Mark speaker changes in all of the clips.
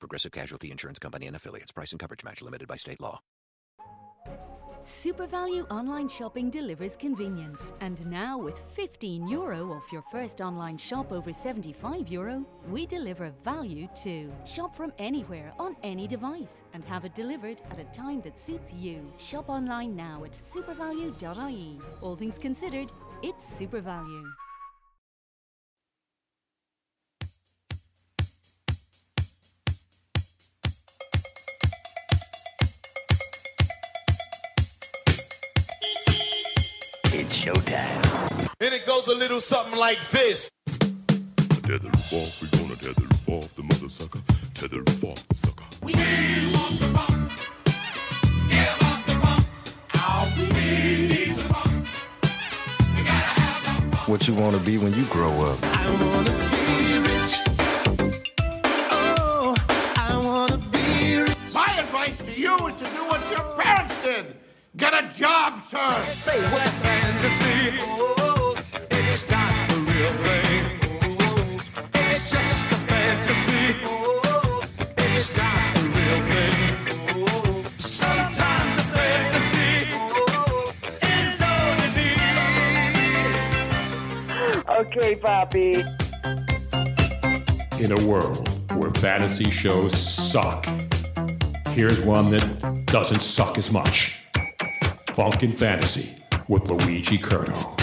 Speaker 1: Progressive Casualty Insurance Company and affiliates. Price and coverage match limited by state law.
Speaker 2: SuperValue online shopping delivers convenience. And now, with 15 euro off your first online shop over 75 euro, we deliver value too. Shop from anywhere on any device and have it delivered at a time that suits you. Shop online now at supervalue.ie. E. All things considered, it's SuperValue.
Speaker 3: It's showtime.
Speaker 4: And it goes a little something like this.
Speaker 5: Tether the roof off, we gonna tether the roof off the mother sucker. Tether the roof off the sucker.
Speaker 6: What you want to be when you grow up?
Speaker 7: Oh,
Speaker 8: My advice to you is to do what your parents did. Get a job, sir.
Speaker 7: Oh, Oh, Oh, oh,
Speaker 9: Okay, Poppy.
Speaker 10: In a world where fantasy shows suck, here's one that doesn't suck as much Funkin' Fantasy with Luigi Curto.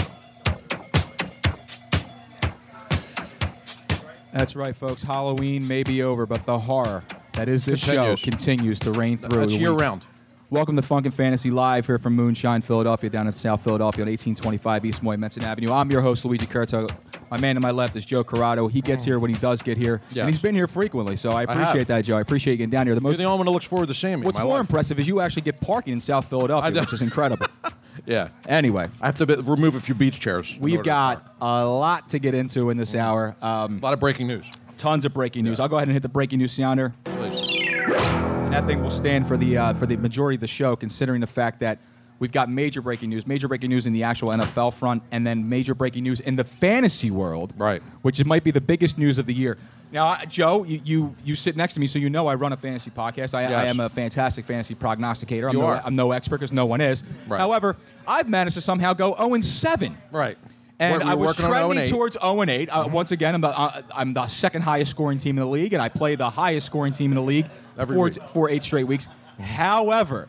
Speaker 11: That's right, folks. Halloween may be over, but the horror that is this
Speaker 12: Continues.
Speaker 11: show continues to reign through.
Speaker 12: That's
Speaker 11: the
Speaker 12: year
Speaker 11: week.
Speaker 12: round.
Speaker 11: Welcome to Funk and Fantasy Live here from Moonshine, Philadelphia, down in South Philadelphia on 1825 East Moy Menton Avenue. I'm your host, Luigi Curto. My man to my left is Joe Corrado. He gets here when he does get here,
Speaker 12: Yes.
Speaker 11: and he's been here frequently. So
Speaker 12: I
Speaker 11: I
Speaker 12: have.
Speaker 11: appreciate that, Joe. I appreciate you getting down here. The most
Speaker 12: You're the only one that looks forward to seeing me.
Speaker 11: What's
Speaker 12: in my
Speaker 11: more
Speaker 12: life.
Speaker 11: impressive is you actually get parking in South
Speaker 12: I
Speaker 11: Philadelphia,
Speaker 12: know.
Speaker 11: which is incredible.
Speaker 12: Yeah.
Speaker 11: Anyway,
Speaker 12: I have to be- remove a few beach chairs. in
Speaker 11: We've
Speaker 12: order to
Speaker 11: got a lot to get into in this hour. Um, a
Speaker 12: lot of breaking news.
Speaker 11: Tons of breaking news. I'll go ahead and hit the breaking news sounder. And that thing will stand for the uh, for the majority of the show, considering the fact that we've got major breaking news, major breaking news in the actual NFL front, and then major breaking news in the fantasy world, right? Which might be the biggest news of the year. Now, I, Joe, you, you you sit next to me, so you know I run a fantasy podcast. I, I
Speaker 12: Yes.
Speaker 11: am a fantastic fantasy prognosticator. I'm
Speaker 12: You
Speaker 11: no,
Speaker 12: are.
Speaker 11: I'm no expert because no one is.
Speaker 12: Right.
Speaker 11: However, I've managed to somehow go 0 and 7.
Speaker 12: Right.
Speaker 11: And
Speaker 12: We're-
Speaker 11: I
Speaker 12: we're
Speaker 11: was
Speaker 12: working on 0 and Mm-hmm.
Speaker 11: trending
Speaker 12: 8.
Speaker 11: towards 0 and 8. Uh, Once again, I'm the, uh, I'm the second highest scoring team in the league, and I play the highest scoring team in the league
Speaker 12: Every
Speaker 11: for,
Speaker 12: week.
Speaker 11: for eight straight weeks. However,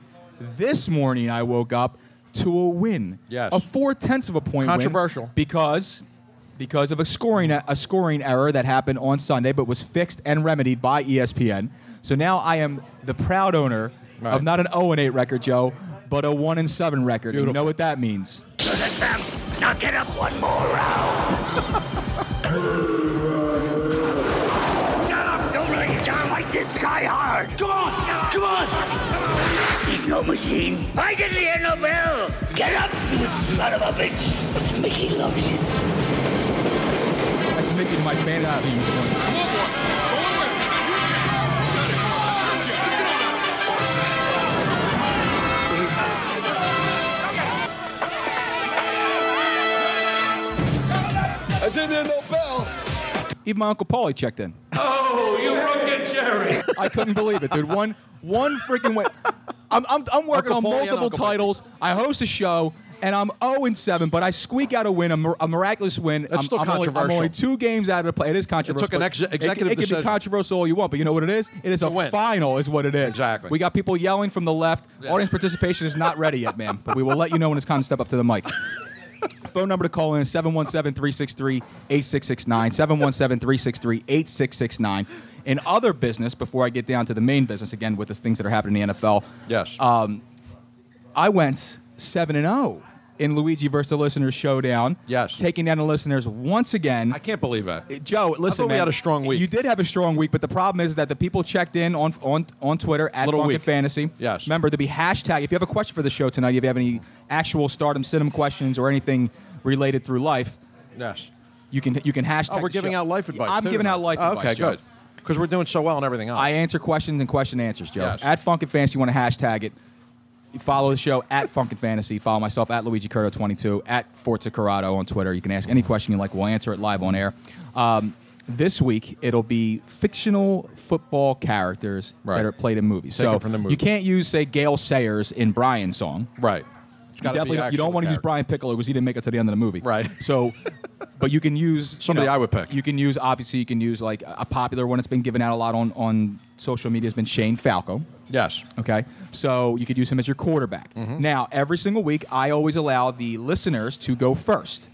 Speaker 11: this morning I woke up to a win.
Speaker 12: Yes.
Speaker 11: A four tenths of a point. win
Speaker 12: Controversial.
Speaker 11: because because of a scoring a scoring error that happened on Sunday, but was fixed and remedied by E ESPN. So now I am the proud owner of
Speaker 12: Right.
Speaker 11: not an 0 and 8 record, Joe, but a 1 and 7 record. And You know what that means.
Speaker 3: Now get up one more round. get up! Don't lay down like this guy hard. Come on! Come on! He's no machine. I didn't hear no bell. Get up, you son of a bitch. Mickey loves you.
Speaker 11: That's making my fantasy team this morning. I didn't hear no bell. Even my Uncle Paulie checked in.
Speaker 3: Oh, you rugged cherry.
Speaker 11: I couldn't believe it, dude. One one freaking way. I'm, I'm, I'm working
Speaker 12: Uncle
Speaker 11: on
Speaker 12: Paulie and
Speaker 11: multiple
Speaker 12: Uncle Mike.
Speaker 11: titles. I host a show, and I'm 0 and 7, but I squeak out a win, a, mir- a miraculous win.
Speaker 12: That's
Speaker 11: I'm,
Speaker 12: still
Speaker 11: I'm only- I'm Only,
Speaker 12: controversial.
Speaker 11: two games out of the play. It is controversial.
Speaker 12: took an
Speaker 11: but
Speaker 12: ex-
Speaker 11: it can-
Speaker 12: executive
Speaker 11: It can,
Speaker 12: decision.
Speaker 11: be controversial all you want, but you know what it is? It is a,
Speaker 12: win.
Speaker 11: final, is what it is. Exactly. We got people yelling from the left. Audience participation is not ready yet, man, but we will let you know when it's time to step up to the mic. Phone number to call in is 717 363 8669. 717 363 8669. In other business, before I get down to the main business again uh, with the things that are happening in the NFL,
Speaker 12: Yes.
Speaker 11: um, I went 7 and 0 in Luigi versus the Listeners showdown. Yes. Taking down the listeners once again. I
Speaker 12: can't believe it.
Speaker 11: Joe, listen,
Speaker 12: we
Speaker 11: man,
Speaker 12: had a strong week.
Speaker 11: You did have a strong week, but the problem is that the people checked in on on, on Twitter at
Speaker 12: Little
Speaker 11: Funk
Speaker 12: weak.
Speaker 11: and Fantasy.
Speaker 12: Yes.
Speaker 11: Remember to be hashtag if you have a question for the show tonight, if you have any actual stardom cinema questions or anything related through life,
Speaker 12: Yes.
Speaker 11: you can you can hashtag.
Speaker 12: Oh, we're
Speaker 11: the
Speaker 12: giving
Speaker 11: show.
Speaker 12: out life advice.
Speaker 11: I'm
Speaker 12: too
Speaker 11: giving
Speaker 12: now.
Speaker 11: out life
Speaker 12: Oh,
Speaker 11: advice.
Speaker 12: Okay,
Speaker 11: Joe.
Speaker 12: good. Because we're doing so well on everything else.
Speaker 11: I answer questions and question answers, Joe.
Speaker 12: Yes.
Speaker 11: At Funk and Fantasy, you want to hashtag it. You Follow the show at Funk and Fantasy. Follow myself at Luigi Curto 22 at Forza Corrado on Twitter. You can ask any question you like. We'll answer it live on air. Um, this week it'll be fictional football characters that are played in movies.
Speaker 12: Taken
Speaker 11: so
Speaker 12: from the
Speaker 11: you
Speaker 12: movies.
Speaker 11: can't use say Gail Sayers in Brian's song.
Speaker 12: Right.
Speaker 11: You,
Speaker 12: gotta be
Speaker 11: definitely don't- you
Speaker 12: actual
Speaker 11: don't want to use
Speaker 12: character.
Speaker 11: Brian Piccolo because he didn't make it to the end of the movie. Right. So, but you can use you
Speaker 12: Somebody
Speaker 11: know,
Speaker 12: I would pick.
Speaker 11: You can use obviously you can use like a popular one that's been given out a lot on on social media has been Shane Falco.
Speaker 12: Yes.
Speaker 11: Okay. So you could use him as your quarterback. Now every single week I always allow the listeners to go first.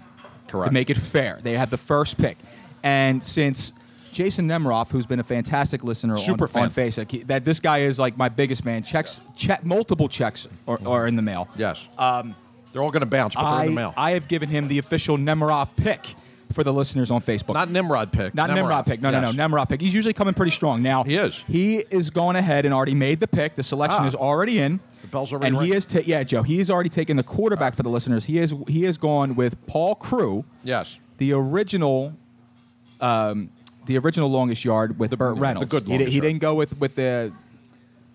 Speaker 11: Correct. To make it fair, they have the first pick, and since. Jason Nemiroff, who's been a fantastic listener
Speaker 12: Super
Speaker 11: on, on Facebook, he- that this guy is like my biggest fan. Checks, check, multiple checks are, are in the mail.
Speaker 12: Yes.
Speaker 11: Um,
Speaker 12: they're all going to bounce, but they're
Speaker 11: I,
Speaker 12: in the mail.
Speaker 11: I have given him the official Nemirov pick for the listeners on Facebook. Not
Speaker 12: Nimrod pick.
Speaker 11: Not Nemrod,
Speaker 12: Nemirov.
Speaker 11: pick. No, no,
Speaker 12: Yes.
Speaker 11: no. Nemrod pick. He's usually coming pretty strong. Now he is. He is gone ahead and already made the pick. The selection
Speaker 12: Ah.
Speaker 11: is already in.
Speaker 12: The bell's already
Speaker 11: And
Speaker 12: ringing. Ah.
Speaker 11: he is ta- yeah, Joe. He has already taken the quarterback for the listeners. He is he has gone with Paul Crew,
Speaker 12: Yes.
Speaker 11: the original, um, the original longest yard with Burt Reynolds.
Speaker 12: good
Speaker 11: he, di-
Speaker 12: longest
Speaker 11: he
Speaker 12: yard.
Speaker 11: didn't go with with the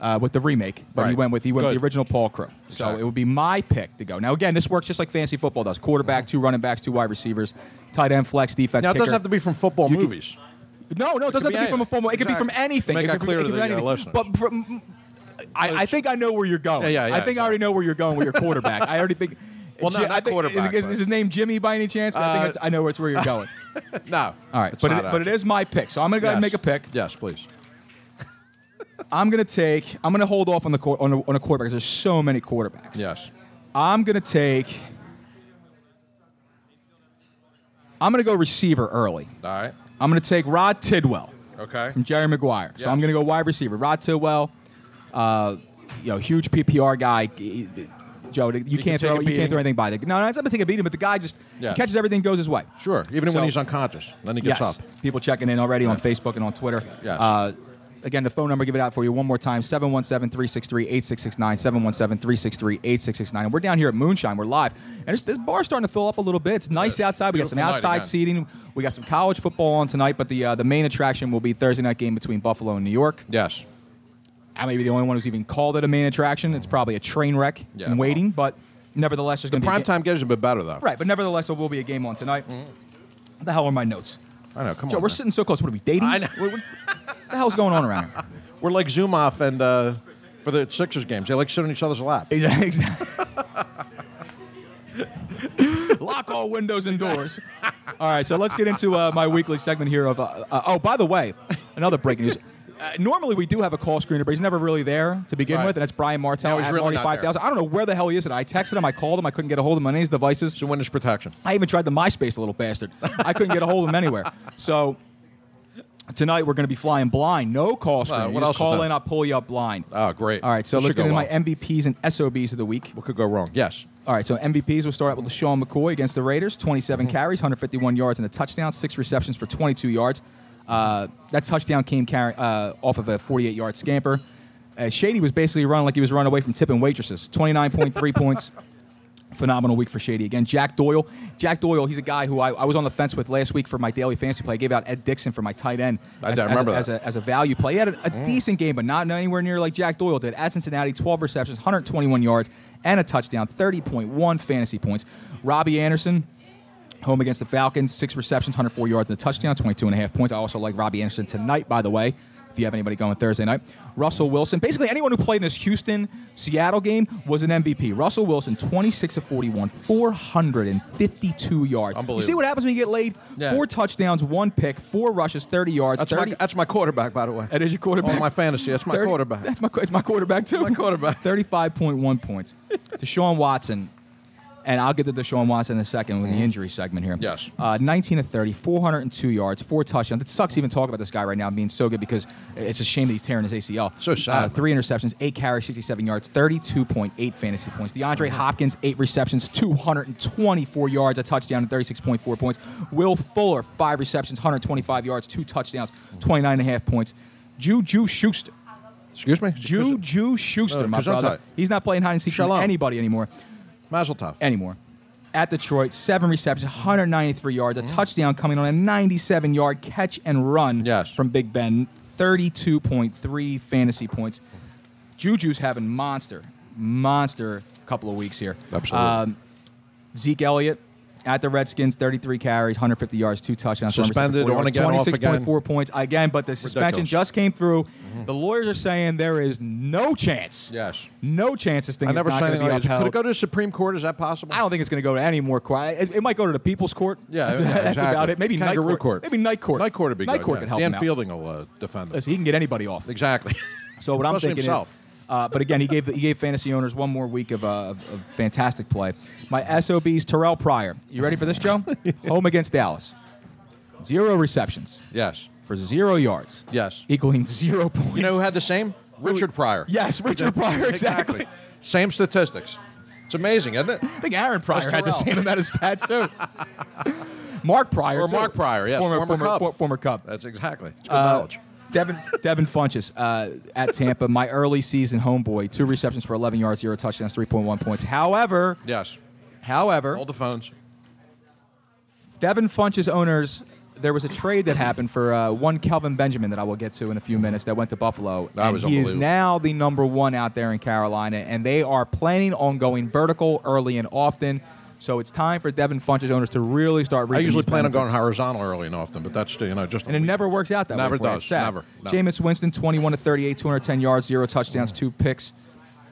Speaker 11: uh, with the remake, but he
Speaker 12: Right.
Speaker 11: went with he went with
Speaker 12: Good.
Speaker 11: the original Paul Crew. So
Speaker 12: Okay.
Speaker 11: it would be my pick to go. Now again, this works just like fantasy football does: quarterback, two running backs, two wide receivers, tight end, flex, defense.
Speaker 12: Now, it doesn't
Speaker 11: kicker.
Speaker 12: have to be from football
Speaker 11: You can-
Speaker 12: movies.
Speaker 11: no, no, it,
Speaker 12: could
Speaker 11: doesn't have
Speaker 12: be
Speaker 11: to be from a
Speaker 12: anything.
Speaker 11: formal. It could be
Speaker 12: Exactly.
Speaker 11: from anything.
Speaker 12: Make
Speaker 11: it
Speaker 12: that
Speaker 11: could be,
Speaker 12: clear
Speaker 11: it
Speaker 12: to
Speaker 11: could
Speaker 12: the,
Speaker 11: be
Speaker 12: uh,
Speaker 11: anything.
Speaker 12: listeners.
Speaker 11: But from, I, I think I know where you're going.
Speaker 12: Yeah, yeah, yeah,
Speaker 11: I think I already know where you're going with your quarterback. I already think.
Speaker 12: Well, no,
Speaker 11: Jim-
Speaker 12: not
Speaker 11: I think,
Speaker 12: quarterback,
Speaker 11: Is, is,
Speaker 12: but-
Speaker 11: is his name Jimmy by any chance? I
Speaker 12: Uh,
Speaker 11: think it's, I know it's where you're going.
Speaker 12: no.
Speaker 11: All right,
Speaker 12: It's
Speaker 11: but
Speaker 12: not
Speaker 11: it, but it is my pick, so I'm gonna go ahead and
Speaker 12: Yes.
Speaker 11: make a pick.
Speaker 12: Yes, please.
Speaker 11: I'm gonna take. I'm gonna hold off on the quar- on a, on a quarterback. 'cause There's so many quarterbacks.
Speaker 12: Yes.
Speaker 11: I'm gonna take. I'm gonna go receiver early.
Speaker 12: All right.
Speaker 11: I'm gonna take Rod Tidwell.
Speaker 12: Okay.
Speaker 11: From Jerry Maguire.
Speaker 12: Yes.
Speaker 11: So I'm gonna go wide receiver. Rod Tidwell, uh, you know, huge PPR guy. He- Joe,
Speaker 12: can
Speaker 11: you, can't
Speaker 12: take
Speaker 11: throw
Speaker 12: a
Speaker 11: you can't
Speaker 12: beating.
Speaker 11: throw anything by the. No, no, it's not gonna take a beating, but the guy just
Speaker 12: Yeah.
Speaker 11: catches everything, goes his way.
Speaker 12: Sure. Even
Speaker 11: So-
Speaker 12: when he's unconscious, then he gets
Speaker 11: yes.
Speaker 12: up.
Speaker 11: People checking in already on Facebook and on Twitter.
Speaker 12: Yes.
Speaker 11: Uh, again, the phone number, give it out for you one more time 717 363 8669. 717 363 8669. And we're down here at Moonshine. We're live. And it's, this bar's starting to fill up a little bit. It's nice outside. We got some
Speaker 12: Beautiful night
Speaker 11: outside
Speaker 12: again.
Speaker 11: seating. We got some college football on tonight, but the, uh, the main attraction will be Thursday night game between Buffalo and New York.
Speaker 12: Yes.
Speaker 11: I may be the only one who's even called it a main attraction. It's probably a train wreck
Speaker 12: Yeah,
Speaker 11: and waiting, but nevertheless, there's
Speaker 12: The
Speaker 11: going to be. a
Speaker 12: prime
Speaker 11: ga-
Speaker 12: time games have been better, though.
Speaker 11: Right, but nevertheless, there will be a game on tonight. What the hell are my notes?
Speaker 12: Mm-hmm. I know. Come
Speaker 11: Joe,
Speaker 12: on.
Speaker 11: we're
Speaker 12: man.
Speaker 11: sitting so close. What are we dating?
Speaker 12: I know.
Speaker 11: What, what the hell's going on around here?
Speaker 12: We're like Zoom off and uh, for the Sixers games. They like sit on each other's lap.
Speaker 11: Exactly. Lock all windows and doors. All right, so let's get into uh, my weekly segment here. Of uh, uh, oh, by the way, another breaking news. Uh, normally we do have a call screener, but he's never really there to begin
Speaker 12: Right.
Speaker 11: with, and that's Brian Martell
Speaker 12: No, he's
Speaker 11: at
Speaker 12: really
Speaker 11: Marty
Speaker 12: not
Speaker 11: Five
Speaker 12: there.
Speaker 11: Thousand. I don't know where the hell he is. And I texted him, I called him, I couldn't get a hold of him on any of his devices.
Speaker 12: So witness protection.
Speaker 11: I even tried the MySpace little bastard. I couldn't get a hold of him anywhere. So tonight we're going to be flying blind. No call screener.
Speaker 12: what
Speaker 11: You
Speaker 12: else
Speaker 11: just
Speaker 12: is
Speaker 11: call
Speaker 12: that?
Speaker 11: in, I'll pull you up blind.
Speaker 12: Oh, great.
Speaker 11: All right, so
Speaker 12: This
Speaker 11: let's
Speaker 12: should
Speaker 11: get into
Speaker 12: go
Speaker 11: my MVPs and SOBs of the week.
Speaker 12: What could go wrong? Yes.
Speaker 11: All right, so MVPs, we'll start out with LaShawn McCoy against the Raiders 27
Speaker 12: Mm-hmm.
Speaker 11: carries, 151 yards, and a touchdown, six receptions for 22 yards. Uh, that touchdown came carry, uh, off of a 48 yard scamper. Uh, Shady was basically running like he was running away from tipping waitresses 29.3 points. Phenomenal week for Shady again. Jack Doyle. Jack Doyle, he's a guy who I, I was on the fence with last week for my daily fantasy play. I gave out Ed Dixon for my tight end
Speaker 12: I
Speaker 11: as,
Speaker 12: did, I
Speaker 11: as
Speaker 12: remember
Speaker 11: a,
Speaker 12: that. Mm.
Speaker 11: as a as a value play. He had a, a decent game, but not anywhere near like Jack Doyle did. At Cincinnati, 12 receptions, 121 yards, and a touchdown, 30.1 fantasy points. Robbie Anderson, home against the Falcons, six receptions, 104 yards, and a touchdown, 22 and a half points. I also like Robbie Anderson tonight, by the way. If you have anybody going Thursday night, Russell Wilson. Basically, anyone who played in this Houston Seattle game was an MVP. Russell Wilson, 26 of 41, 452 yards. You see
Speaker 12: Unbelievable.
Speaker 11: what happens when you get laid?
Speaker 12: Yeah.
Speaker 11: Four touchdowns, one pick, four rushes, 30 yards.
Speaker 12: That's,
Speaker 11: 30
Speaker 12: my, that's my quarterback, by the way.
Speaker 11: That is your quarterback.
Speaker 12: On my fantasy, that's my
Speaker 11: 30
Speaker 12: quarterback.
Speaker 11: That's my, it's my quarterback, too. My quarterback. 35.1 points. Deshaun Watson, And I'll get to Deshaun Watson in a second
Speaker 12: Mm-hmm.
Speaker 11: with the injury segment here. Yes. Uh, 19 to 30, 402 yards, four touchdowns. It sucks even talking about this guy right now being so good because it's a shame that he's tearing his ACL. So sad. Uh, three interceptions, eight carries, 67 yards, 32.8 fantasy points. DeAndre
Speaker 12: Uh-huh.
Speaker 11: Hopkins, eight receptions, 224 yards, a touchdown, and 36.4 points. Will Fuller, five receptions, 125 yards, two touchdowns, 29 and a half points. Juju Schuster.
Speaker 12: Excuse me?
Speaker 11: Juju Schuster,
Speaker 12: Uh,
Speaker 11: my brother.
Speaker 12: Gesundheit.
Speaker 11: He's not playing hide and seek with
Speaker 12: Shalom.
Speaker 11: anybody anymore.
Speaker 12: Mazel tov.
Speaker 11: Anymore. At Detroit, seven receptions, 193 yards,
Speaker 12: Mm.
Speaker 11: a touchdown coming on a 97 yard catch and run from Big Ben, 32.3 fantasy points. Juju's having monster, monster couple of weeks here. Um,
Speaker 12: Absolutely.
Speaker 11: Zeke Elliott at the Redskins, 33 carries, 150 yards, two touchdowns. one reception,
Speaker 12: Suspended,
Speaker 11: 40
Speaker 12: on
Speaker 11: yards,
Speaker 12: again, off
Speaker 11: 26.4 points again, but the suspension
Speaker 12: Ridiculous. Mm-hmm.
Speaker 11: just came through. The lawyers are saying there is no chance. Yes. No chance this thing
Speaker 12: I
Speaker 11: is
Speaker 12: never
Speaker 11: not
Speaker 12: signed
Speaker 11: going to be
Speaker 12: anything like this. Could it
Speaker 11: upheld.
Speaker 12: go to the Supreme Court? Is that possible?
Speaker 11: I don't think it's going to go to any more court. It, it might go to the People's Court.
Speaker 12: Yeah,
Speaker 11: that's,
Speaker 12: yeah,
Speaker 11: that's
Speaker 12: exactly.
Speaker 11: about it. Maybe
Speaker 12: Kangaroo
Speaker 11: night court.
Speaker 12: court.
Speaker 11: Maybe night court.
Speaker 12: Night court would be
Speaker 11: night
Speaker 12: good,
Speaker 11: court
Speaker 12: yeah.
Speaker 11: can help.
Speaker 12: Dan
Speaker 11: him out.
Speaker 12: Fielding will uh, defend him.
Speaker 11: Listen, he can get anybody off.
Speaker 12: Exactly.
Speaker 11: So what I'm
Speaker 12: Especially
Speaker 11: thinking
Speaker 12: himself.
Speaker 11: is, uh, but again, he gave the, he gave fantasy owners one more week of, uh, of, of fantastic play. My SOBs, Terrell Pryor. You ready for this, Joe? Home against Dallas. Zero receptions.
Speaker 12: Yes.
Speaker 11: For zero yards.
Speaker 12: Yes.
Speaker 11: Equaling zero points.
Speaker 12: You know who had the same? Richard Pryor.
Speaker 11: Yes, Richard Pryor, exactly.
Speaker 12: Same statistics. It's amazing, isn't it?
Speaker 11: I think Aaron Pryor had
Speaker 12: Terrell.
Speaker 11: the same amount of stats too. Mark Pryor
Speaker 12: Or
Speaker 11: too.
Speaker 12: Mark Pryor, yes,
Speaker 11: former
Speaker 12: former Cub.
Speaker 11: for- former Cub.
Speaker 12: That's exactly. It's good
Speaker 11: Uh,
Speaker 12: knowledge.
Speaker 11: Devin Devin Funches uh, at Tampa, my early season homeboy, two receptions for 11 yards, zero touchdowns, 3.1 points. However,
Speaker 12: yes,
Speaker 11: however,
Speaker 12: All the phones.
Speaker 11: Devin Funches owners. There was a trade that happened for uh, one Kelvin Benjamin that I will get to in a few minutes that went to Buffalo.
Speaker 12: That
Speaker 11: and
Speaker 12: was
Speaker 11: he is
Speaker 12: unbelievable.
Speaker 11: now the number one out there in Carolina, and they are planning on going vertical early and often. So it's time for Devin Funches owners to really start.
Speaker 12: I
Speaker 11: reaping
Speaker 12: usually
Speaker 11: these
Speaker 12: plan on going
Speaker 11: benefits.
Speaker 12: horizontal early and often, but that's you know just.
Speaker 11: and it never works out that
Speaker 12: Never
Speaker 11: way. for you.
Speaker 12: does.
Speaker 11: It's sad.
Speaker 12: Never. No.
Speaker 11: Jameis Winston, 21 to 38, 210 yards, zero touchdowns, two picks,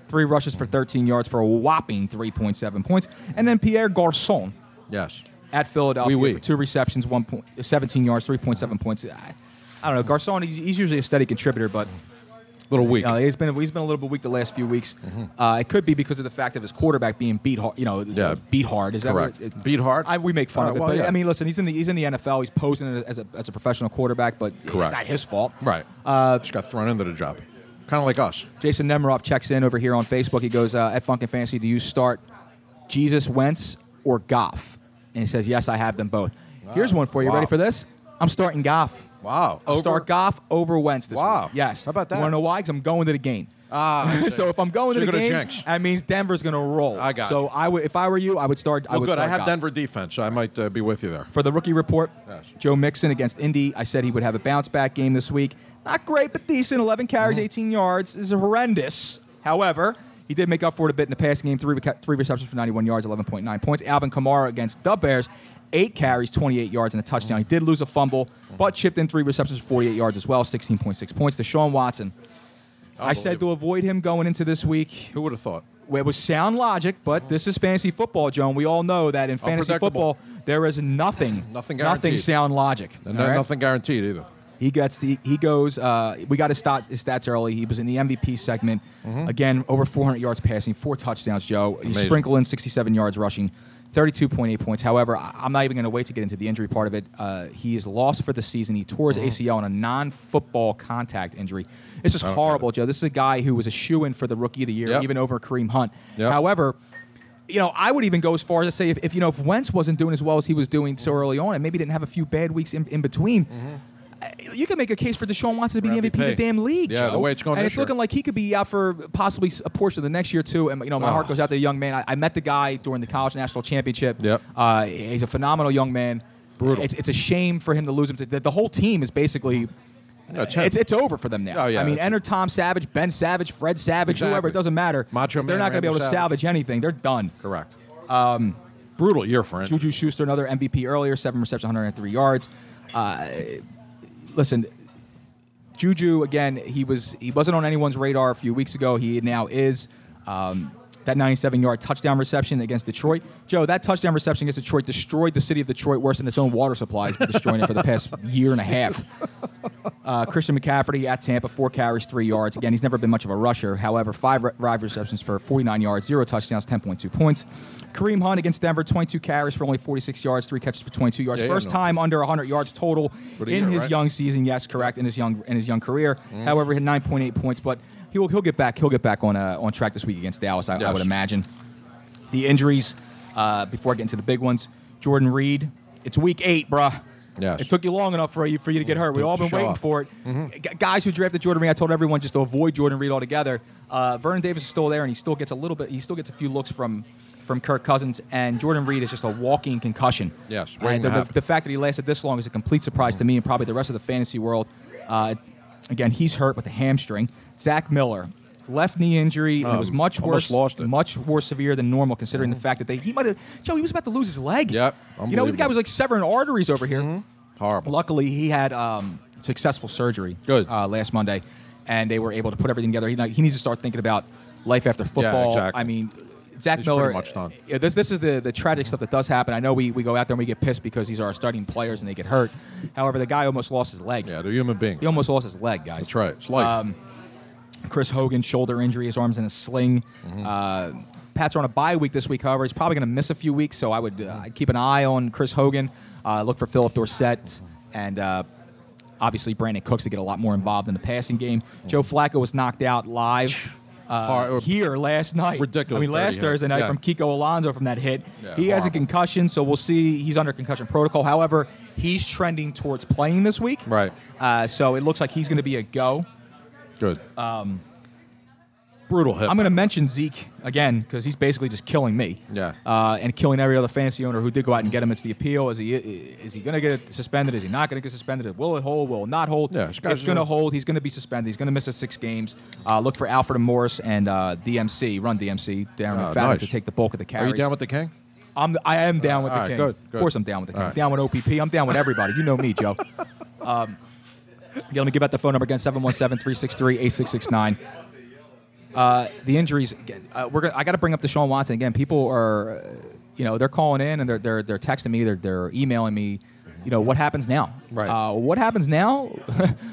Speaker 11: three rushes for 13 yards for a whopping 3.7 points. And then Pierre Garcon
Speaker 12: Yes.
Speaker 11: at Philadelphia
Speaker 12: Oui, oui.
Speaker 11: for two receptions, one point, 17 yards, 3.7 points. I, I don't know. Garcon, he's he's usually a steady contributor, but
Speaker 12: a little weak. Mm-hmm.
Speaker 11: he's been he's been a little bit weak the last few weeks. Uh, it could be because of the fact of his quarterback being beat hard. You know, beat hard. Is
Speaker 12: Correct.
Speaker 11: that what, it-
Speaker 12: beat hard?
Speaker 11: I, we make fun
Speaker 12: Uh,
Speaker 11: of it,
Speaker 12: well,
Speaker 11: but
Speaker 12: yeah.
Speaker 11: I mean, listen, he's in the he's in the NFL. He's posing as a as a professional quarterback, but
Speaker 12: Correct.
Speaker 11: it's not his fault.
Speaker 12: Right.
Speaker 11: Uh,
Speaker 12: Just got thrown into the job, kind of like us.
Speaker 11: Jason Nemiroff checks in over here on Facebook. He goes, uh, at Funk and Fantasy, do you start Jesus Wentz or Goff? And he says, yes, I have them both. Here's one for you. Ready
Speaker 12: Wow.
Speaker 11: for this? I'm starting Goff.
Speaker 12: Wow.
Speaker 11: I'll start Goff over Wentz this
Speaker 12: Wow.
Speaker 11: week. Yes. How about
Speaker 12: that?
Speaker 11: You want to know why? Because I'm going to the game.
Speaker 12: Ah, I see.
Speaker 11: so if I'm going
Speaker 12: So
Speaker 11: to the
Speaker 12: you're gonna
Speaker 11: game,
Speaker 12: jinx.
Speaker 11: that means Denver's going to roll.
Speaker 12: I got
Speaker 11: So
Speaker 12: you.
Speaker 11: I would, if I were you, I would start. I
Speaker 12: Well,
Speaker 11: would
Speaker 12: good. I
Speaker 11: start
Speaker 12: have
Speaker 11: Goff.
Speaker 12: Denver defense. so I might uh, be with you there.
Speaker 11: For the rookie report,
Speaker 12: Yes.
Speaker 11: Joe Mixon against Indy. I said he would have a bounce back game this week. Not great, but decent. 11 carries, 18 yards is horrendous. However, he did make up for it a bit in the passing game. Three, reca- three receptions for 91 yards, 11.9 points. Alvin Kamara against the Bears. Eight carries, 28 yards, and a touchdown. He did lose a fumble, but chipped in three receptions for 48 yards as well, 16.6 points. Deshaun Watson. I said to avoid him going into this week. Who
Speaker 12: would have thought?
Speaker 11: It was sound logic, but this is fantasy football, Joan. We all know that in fantasy
Speaker 12: Unpredictable.
Speaker 11: football, there is nothing
Speaker 12: Nothing
Speaker 11: nothing
Speaker 12: guaranteed.
Speaker 11: sound logic.
Speaker 12: And
Speaker 11: all
Speaker 12: no-
Speaker 11: right?
Speaker 12: nothing guaranteed either.
Speaker 11: He gets the, he goes. Uh, we got his, stat, his stats early. He was in the MVP segment again, over 400 yards passing, four touchdowns. Joe, you
Speaker 12: Mm-hmm. Amazing.
Speaker 11: sprinkle in 67 yards rushing, 32.8 points. However, I- I'm not even going to wait to get into the injury part of it. Uh, he is lost for the season. He tore his
Speaker 12: Mm-hmm.
Speaker 11: ACL on a non-football contact injury. This is
Speaker 12: I don't get
Speaker 11: horrible, Joe. This is a guy who was a shoe in for the Rookie of the Year,
Speaker 12: Yep.
Speaker 11: even over Kareem Hunt.
Speaker 12: Yep.
Speaker 11: However you know, I would even go as far as to say if, if you know if Wentz wasn't doing as well as he was doing so early on, and maybe didn't have a few bad weeks in, in between. uh,
Speaker 12: Mm-hmm.
Speaker 11: You can make a case for Deshaun Watson to be the MVP of the
Speaker 12: MVP.
Speaker 11: damn league.
Speaker 12: Yeah, the
Speaker 11: Joe.
Speaker 12: way it's going
Speaker 11: and
Speaker 12: this
Speaker 11: it's looking
Speaker 12: year.
Speaker 11: like he could be out for possibly a portion of the next year too. And you know, my
Speaker 12: Oh.
Speaker 11: heart goes out to the young man. I, I met the guy during the college national championship.
Speaker 12: Yep.
Speaker 11: Uh, he's a phenomenal young man. Brutal. It's, it's a shame for him to lim. The, the whole team is basically.
Speaker 12: it's him.
Speaker 11: It's, it's over for them now.
Speaker 12: Oh, yeah,
Speaker 11: I mean,
Speaker 12: that's
Speaker 11: enter Tom Savage, Ben Savage, Fred Savage, whoever.
Speaker 12: Exactly.
Speaker 11: It doesn't matter.
Speaker 12: Macho
Speaker 11: They're
Speaker 12: Man
Speaker 11: not going to be able
Speaker 12: Randy
Speaker 11: to
Speaker 12: Savage.
Speaker 11: salvage anything. They're done.
Speaker 12: Correct.
Speaker 11: Um,
Speaker 12: Brutal year for him.
Speaker 11: Juju Schuster, another MVP earlier, seven receptions, 103 yards. Uh, listen, Juju again. He was he wasn't on anyone's radar a few weeks ago. He now is. Um, that 97 yard touchdown reception against Detroit. Joe, that touchdown reception against Detroit destroyed the city of Detroit worse than its own water supply has been destroying it for the past year and a half. Uh, Christian McCaffrey at Tampa, four carries, three yards. Again, he's never been much of a rusher. However, five ri- five receptions for 49 yards, zero touchdowns, 10.2 points. Kareem Hunt against Denver, 22 carries for only 46 yards, three catches for 22 yards.
Speaker 13: Yeah, yeah,
Speaker 11: First
Speaker 13: no.
Speaker 11: time under 100 yards total
Speaker 13: For the
Speaker 11: in
Speaker 13: year,
Speaker 11: his
Speaker 13: right?
Speaker 11: young season. Yes, correct. In his young in his young career.
Speaker 13: Mm.
Speaker 11: However, he had 9.8 points, but he'll he'll get back he'll get back on uh, on track this week against Dallas. I, I
Speaker 13: Yes.
Speaker 11: would imagine. The injuries. Uh, before I get into the big ones, Jordan Reed. It's week eight, bruh.
Speaker 12: Yes.
Speaker 11: It took you long enough for you for you to get hurt. We've
Speaker 12: To-
Speaker 11: all
Speaker 12: to
Speaker 11: been
Speaker 12: show
Speaker 11: waiting
Speaker 12: up.
Speaker 11: for it. G- guys who drafted Jordan Reed, I told everyone just to avoid Jordan Reed altogether. Uh, Vernon Davis is still there, and he still gets a little bit. He still gets a few looks from from Kirk Cousins, and Jordan Reed is just a walking concussion.
Speaker 12: Yes,
Speaker 11: Uh,
Speaker 12: waiting
Speaker 11: the,
Speaker 12: to
Speaker 11: the-
Speaker 12: happen.
Speaker 11: the fact that he lasted this long is a complete surprise to me and probably the rest of the fantasy world. Uh, again, he's hurt with the hamstring. Zach Miller, left knee injury, and it was
Speaker 12: Um,
Speaker 11: much
Speaker 12: almost
Speaker 11: worse, much more severe than normal, considering the fact that they he might have Joe. He was about to lose his leg. Yep, you know the guy
Speaker 12: unbelievable. Mm-hmm.
Speaker 11: was like severing arteries over here. Horrible. Luckily, he had um, successful surgery. Good. Uh, last Monday, and they were able to put everything together. He, he needs to start thinking about life after football.
Speaker 12: exactly.
Speaker 11: I mean, Zach
Speaker 12: He's
Speaker 11: Miller.
Speaker 12: pretty much done.
Speaker 11: Yeah, this this is the, the tragic stuff that does happen. I know we, we go out there and we get pissed because these are our starting players and they get hurt. However, the guy almost lost his leg. Yeah, they're human beings. He almost lost his leg, guys. That's right. It's
Speaker 12: life.
Speaker 11: Chris Hogan shoulder injury, his arms in a sling.
Speaker 12: Mm-hmm.
Speaker 11: Uh, Pats are on a bye week this week, however, he's probably going to miss a few weeks. So I would uh, I'd keep an eye on Chris Hogan. Uh, look for Philip Dorsett and. Uh, Obviously, Brandon Cooks to get a lot more involved in the passing game. Joe Flacco was knocked out live uh,
Speaker 12: Mm-hmm. Hard-
Speaker 11: here last night.
Speaker 12: Ridiculous
Speaker 11: I mean, last
Speaker 12: dirty hit.
Speaker 11: Thursday night
Speaker 12: Yeah.
Speaker 11: from Kiko Alonso from that hit.
Speaker 12: Yeah,
Speaker 11: he has a
Speaker 12: horrible.
Speaker 11: concussion, so we'll see. He's under concussion protocol. However, he's trending towards playing this week. Right. Uh, so it looks like he's going to be a go. Good. Um, Brutal hit. I'm going to mention Zeke again because he's basically just killing me. Yeah. Uh, and killing every other fantasy owner who did go out and get him. It's the appeal. Is he is he going to get suspended? Is he not going to get suspended? Will it hold? Will it not hold? Yeah. It's
Speaker 12: guy's
Speaker 11: going to
Speaker 12: gonna-
Speaker 11: hold. He's going to be suspended. He's going to miss his six games. Uh, look for Alfred and Morris and uh, DMC, run DMC, Darren
Speaker 12: Oh,
Speaker 11: McFadden
Speaker 12: nice.
Speaker 11: to take the bulk of the
Speaker 12: Are
Speaker 11: carries.
Speaker 12: you down with the king?
Speaker 11: I'm I am down with the
Speaker 12: all right,
Speaker 11: king.
Speaker 12: good, good.
Speaker 11: Of course, I'm down with the king.
Speaker 12: All right.
Speaker 11: Down with OPP. I'm down with everybody. You know me, Joe. Um, yeah, let me give out the phone number again: 717-363-8669. Uh, the injuries. Again, uh, we're gonna, I got to bring up Deshaun Watson again. People are, uh, you know, they're calling in and they're they're, they're texting me. They're they're emailing me. You know what happens now? Right. Uh, what happens now?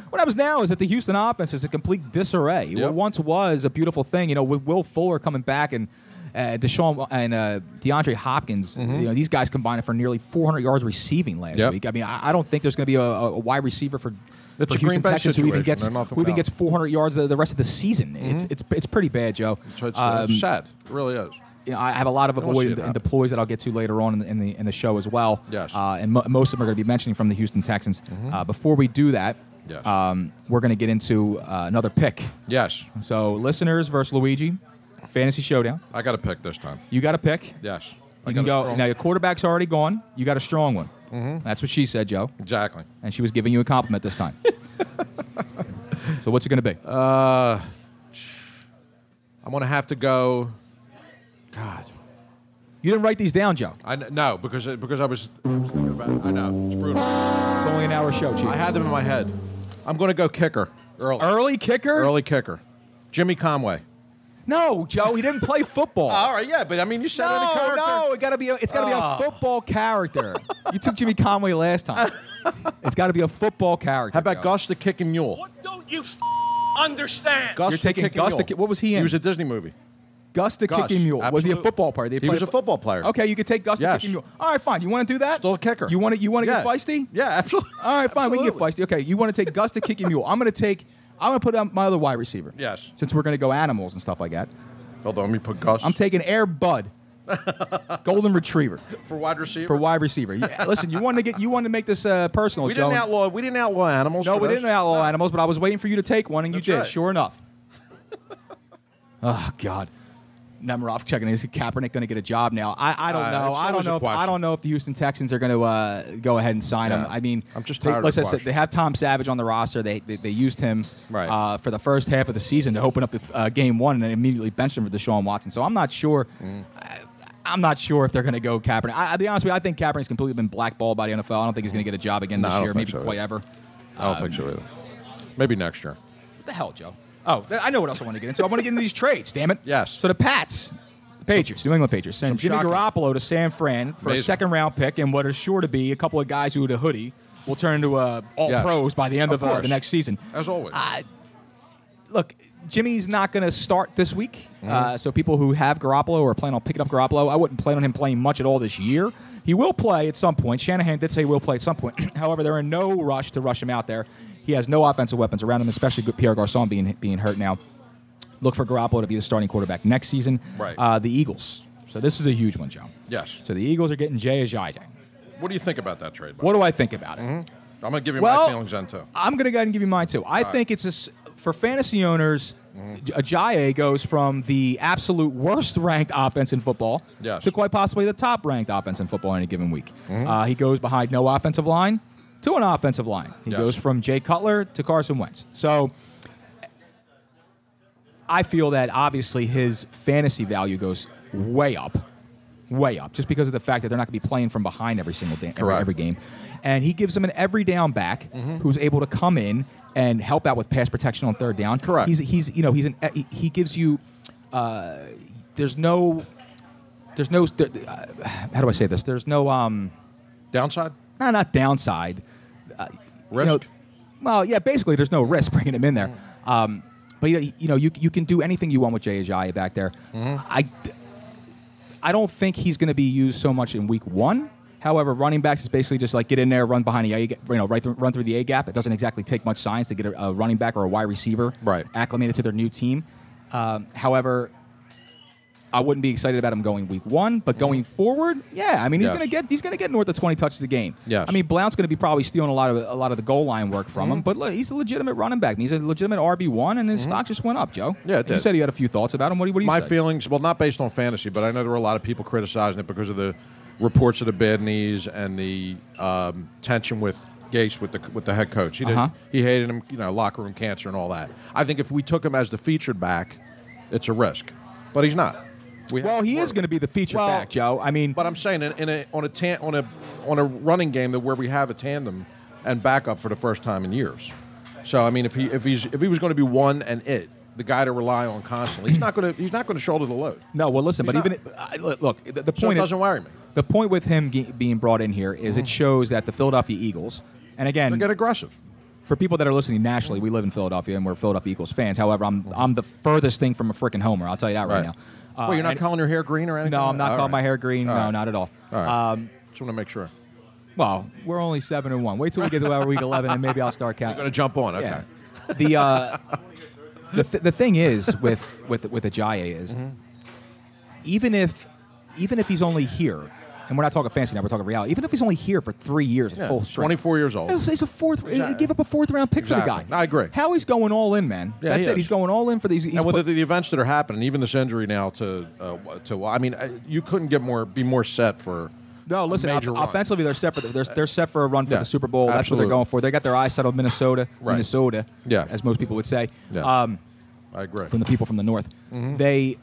Speaker 11: what happens now is that the Houston offense is a complete disarray. What once was a beautiful thing, you know, with Will Fuller coming back and uh, Deshaun and uh, DeAndre Hopkins, you know, these guys combined for nearly 400 yards receiving last
Speaker 12: Mm-hmm. Yep.
Speaker 11: week. I mean, I, I don't think there's going to be a, a wide receiver for,
Speaker 12: It's
Speaker 11: for
Speaker 12: a
Speaker 11: Houston
Speaker 12: Green Bay
Speaker 11: Texans who even
Speaker 12: situation.
Speaker 11: gets
Speaker 12: They're not
Speaker 11: who even
Speaker 12: without.
Speaker 11: gets 400 yards the, the rest of the season. It's
Speaker 12: Mhm.
Speaker 11: it's it's pretty bad, Joe.
Speaker 12: It's,
Speaker 11: Um,
Speaker 12: uh, sad. It really is.
Speaker 11: You know, I have a lot of
Speaker 12: I don't see
Speaker 11: avoid
Speaker 12: it
Speaker 11: and
Speaker 12: happen.
Speaker 11: deploys that I'll get to later on in the in the, in the show as well.
Speaker 12: Yes. Mm-hmm.
Speaker 11: Uh, and mo- most of them are going to be mentioning from the Houston Texans. Uh, before we do that,
Speaker 12: Yes.
Speaker 11: um, we're going to get into uh, another pick. Yes. So listeners versus Luigi, fantasy showdown.
Speaker 12: I got to pick this time.
Speaker 11: You got a pick.
Speaker 12: Yes. I
Speaker 11: You can
Speaker 12: got a
Speaker 11: go
Speaker 12: strong-
Speaker 11: now. Your quarterback's already gone. You got a strong one.
Speaker 12: Mhm.
Speaker 11: That's what she said, Joe. Exactly. And she was giving you a compliment this time. so what's it going to be?
Speaker 12: Uh, I'm gonna have to go. God,
Speaker 11: you didn't write these down, Joe.
Speaker 12: I kn- no because it- because I was. thinking about- I know it's brutal. It's
Speaker 11: only an hour show, Chief.
Speaker 12: I had them in my head. I'm gonna go kicker early.
Speaker 11: Early kicker.
Speaker 12: Early kicker. Jimmy Conway.
Speaker 11: No, Joe, he didn't play football.
Speaker 12: All right, yeah, but I mean, you said
Speaker 11: no,
Speaker 12: any character.
Speaker 11: no, it gotta be. A, it's gotta
Speaker 12: Ah.
Speaker 11: be a football character. you took Jimmy Conway last time. it's gotta be a football character. How about
Speaker 12: Gus the Kicking Mule?
Speaker 14: Don't you f- understand?
Speaker 12: Gus the
Speaker 11: You're taking
Speaker 12: Kicking
Speaker 11: Gus the
Speaker 12: Mule.
Speaker 11: Ki- what was he in?
Speaker 12: He was a Disney movie.
Speaker 11: Gus the
Speaker 12: Gus,
Speaker 11: Kicking Mule. Was he a
Speaker 12: absolutely.
Speaker 11: football player? Did
Speaker 12: He was
Speaker 11: play
Speaker 12: a football player.
Speaker 11: Okay, you could take Gus
Speaker 12: Yes.
Speaker 11: the Kicking Mule. All right, fine. You want to do that? Still a kicker. You want to? You want to get
Speaker 12: Yeah.
Speaker 11: feisty? Uh, Yeah, absolutely. All right, fine. We can get feisty. Okay, you want to take Gus the Kicking Mule? I'm going to take. I'm going to put out my other wide receiver.
Speaker 12: Yes.
Speaker 11: Since we're going to go animals and stuff like that. Hold on, let me put Gus. I'm taking Air Bud, Golden Retriever
Speaker 12: For wide receiver.
Speaker 11: for wide receiver. Yeah, listen, you wanted to get you wanted to make this uh, personal,
Speaker 12: we
Speaker 11: Joe.
Speaker 12: didn't outlaw. We didn't outlaw animals.
Speaker 11: no,
Speaker 12: for
Speaker 11: we
Speaker 12: this.
Speaker 11: didn't outlaw animals, but I was waiting for you to take one, and you did.
Speaker 12: right.
Speaker 11: Sure enough. oh God. Nemirov checking. Is Kaepernick going to get a job now? I, I don't
Speaker 12: Uh,
Speaker 11: know.
Speaker 12: it's
Speaker 11: I don't
Speaker 12: always a
Speaker 11: know. If, I
Speaker 12: question.
Speaker 11: don't know if the Houston Texans are going to uh, go ahead and sign him.
Speaker 12: Yeah.
Speaker 11: I mean, I'm
Speaker 12: just
Speaker 11: they,
Speaker 12: tired of
Speaker 11: like I
Speaker 12: the
Speaker 11: said, they have Tom Savage on the roster. They they, they used him uh, for the first half of the season to open up the, uh, game one, and then immediately benched him for Deshaun Watson. So I'm not sure.
Speaker 12: Mm.
Speaker 11: I, I'm not sure if they're going to go Kaepernick. I, I'll be honest with you. I think Kaepernick's completely been blackballed by the NFL. I don't think he's going to get a job again
Speaker 12: No, I
Speaker 11: this
Speaker 12: don't
Speaker 11: year,
Speaker 12: think
Speaker 11: maybe
Speaker 12: so
Speaker 11: quite
Speaker 12: either.
Speaker 11: ever.
Speaker 12: I don't
Speaker 11: Um,
Speaker 12: think so either. Maybe next year.
Speaker 11: What the hell, Joe? Oh, th- I know what else I want to get into. I want to get into these trades, damn it. Yes. So the Pats Pagers, New England Pagers, send Jimmy
Speaker 12: shocking.
Speaker 11: Garoppolo to San Fran for a
Speaker 12: Amazing.
Speaker 11: second round pick, and what is sure to be a couple of guys who had a hoodie will turn into uh, all
Speaker 12: Yes.
Speaker 11: pros by the end
Speaker 12: Of
Speaker 11: of, uh, the
Speaker 12: course.
Speaker 11: next season. Uh,
Speaker 12: As always.
Speaker 11: Look, Jimmy's not going to start this week,
Speaker 12: Mm-hmm.
Speaker 11: uh, so people who have Garoppolo or plan on picking up Garoppolo, I wouldn't plan on him playing much at all this year. He will play at some point. Shanahan did say he will play at some point. However, they're in no rush to rush him out there. He has no offensive weapons around him, especially good Pierre Garcon being being hurt now look for Garoppolo to be the starting quarterback next season.
Speaker 12: Right.
Speaker 11: Uh, the Eagles. So this is a huge one, Joe.
Speaker 12: Yes.
Speaker 11: So the Eagles are getting Jay Ajayi.
Speaker 12: What do you think about that trade? Bob?
Speaker 11: What do I think about it?
Speaker 12: I'm going to give you
Speaker 11: Well-
Speaker 12: my feelings on too.
Speaker 11: I'm going to go ahead and give you mine too. I
Speaker 12: All right. Mm-hmm.
Speaker 11: think it's a s for fantasy owners. Ajayi goes from the absolute worst ranked offense in football
Speaker 12: Yes. Mm-hmm.
Speaker 11: to quite possibly the top ranked offense in football in a given week. Uh, he goes behind no offensive line to an offensive line. He
Speaker 12: Yes.
Speaker 11: goes from Jay Cutler to Carson Wentz. So I feel that obviously his fantasy value goes way up, way up, just because of the fact that they're not going to be playing from behind every single day, every,
Speaker 12: Correct.
Speaker 11: every game. And he gives them an every down back who's able to come in and help out with pass protection on third down. Correct. He's he's you know he's an eh, he- he gives you. Uh, there's no. There's no. there- uh, how do I say this? There's no. Um,
Speaker 12: downside.
Speaker 11: No, not downside. Uh, risk. well, yeah. Basically, there's no risk bringing him in there. Um, but you, you know, you you can do anything you want with Jay Ajayi back there. I I don't think he's going to be used so much in week one. However, running backs is basically just like get in there, run behind the A, ga- you know, right through, run through the A gap. It doesn't exactly take much science to get a, a running back or a wide receiver right. acclimated to their new team. Um, however, I wouldn't be excited about him going week one,
Speaker 12: Mm-hmm.
Speaker 11: but going forward, yeah, I mean he's
Speaker 12: Yes.
Speaker 11: gonna get he's gonna get north of twenty touches a game.
Speaker 12: Yes. Mm-hmm.
Speaker 11: I mean Blount's gonna be probably stealing a lot of a lot of the goal line work from him, but look, he's a legitimate running back. He's a legitimate RB one, and his stock just went up, Joe.
Speaker 12: Yeah, it
Speaker 11: You
Speaker 12: did.
Speaker 11: said you had a few thoughts about him. What do you, what do you
Speaker 12: my
Speaker 11: say?
Speaker 12: feelings, well, not based on fantasy, but I know there were a lot of people criticizing it because of the reports of the bad knees and the um, tension with Gase with the with the head coach. He did,
Speaker 11: Uh-huh.
Speaker 12: not he hated him, you know, locker room cancer and all that. I think if we took him as the featured back, it's a risk, but he's not.
Speaker 11: well, he is going to be the feature
Speaker 12: Well,
Speaker 11: back, Joe. I mean,
Speaker 12: but I'm saying in, in a, on a tan, on a on a running game that where we have a tandem and backup for the first time in years. So I mean, if he if he's if he was going to be one and it, the guy to rely on constantly, he's not going to he's not going to shoulder the load.
Speaker 11: No, well, listen,
Speaker 12: He's
Speaker 11: but even
Speaker 12: not.
Speaker 11: I, look, look, the, the
Speaker 12: So it
Speaker 11: point is-
Speaker 12: doesn't worry me. Mm-hmm.
Speaker 11: The point with him ge- being brought in here is it shows that the Philadelphia Eagles, and again, they
Speaker 12: get aggressive.
Speaker 11: For people that are listening nationally, we live in Philadelphia and we're Philadelphia Eagles fans. However, I'm I'm the furthest thing from a freaking homer. I'll tell you that right,
Speaker 12: Right.
Speaker 11: now. Uh,
Speaker 12: Well, you're not
Speaker 11: and-
Speaker 12: calling your hair green or anything?
Speaker 11: No, I'm not
Speaker 12: All
Speaker 11: calling my
Speaker 12: right.
Speaker 11: hair green.
Speaker 12: All
Speaker 11: no,
Speaker 12: right.
Speaker 11: not at all.
Speaker 12: All right.
Speaker 11: Um,
Speaker 12: Just want to make sure.
Speaker 11: well, we're only seven and one. Wait till we get to our week eleven, and maybe I'll start counting.
Speaker 12: Going to jump on. Okay.
Speaker 11: Yeah. The uh, the, th- the thing is with with with Ajayi is
Speaker 12: Mm-hmm.
Speaker 11: even if even if he's only here, and we're not talking fancy now, we're talking reality. Even if he's only here for three years at
Speaker 12: Yeah,
Speaker 11: full strength,
Speaker 12: 24 years old.
Speaker 11: He's a fourth.
Speaker 12: Exactly.
Speaker 11: Give up a fourth round pick for the
Speaker 12: Exactly.
Speaker 11: guy.
Speaker 12: I agree.
Speaker 11: How he's going all in, man.
Speaker 12: Yeah,
Speaker 11: That's
Speaker 12: he
Speaker 11: it.
Speaker 12: is.
Speaker 11: He's going all in for these. He's
Speaker 12: and with
Speaker 11: put-
Speaker 12: the, the events that are happening, even this injury now to uh, to I mean, uh, you couldn't get more be more set for.
Speaker 11: No, listen.
Speaker 12: major
Speaker 11: off-
Speaker 12: run.
Speaker 11: offensively, they're set for the, they're, they're set for a run for
Speaker 12: Yeah,
Speaker 11: the Super Bowl. That's what
Speaker 12: absolutely.
Speaker 11: they're going for. They got their eyes set on Minnesota,
Speaker 12: Right.
Speaker 11: Minnesota,
Speaker 12: Yeah.
Speaker 11: as most people would say.
Speaker 12: Yeah. Mm-hmm.
Speaker 11: Um,
Speaker 12: I agree.
Speaker 11: From the people from the north, they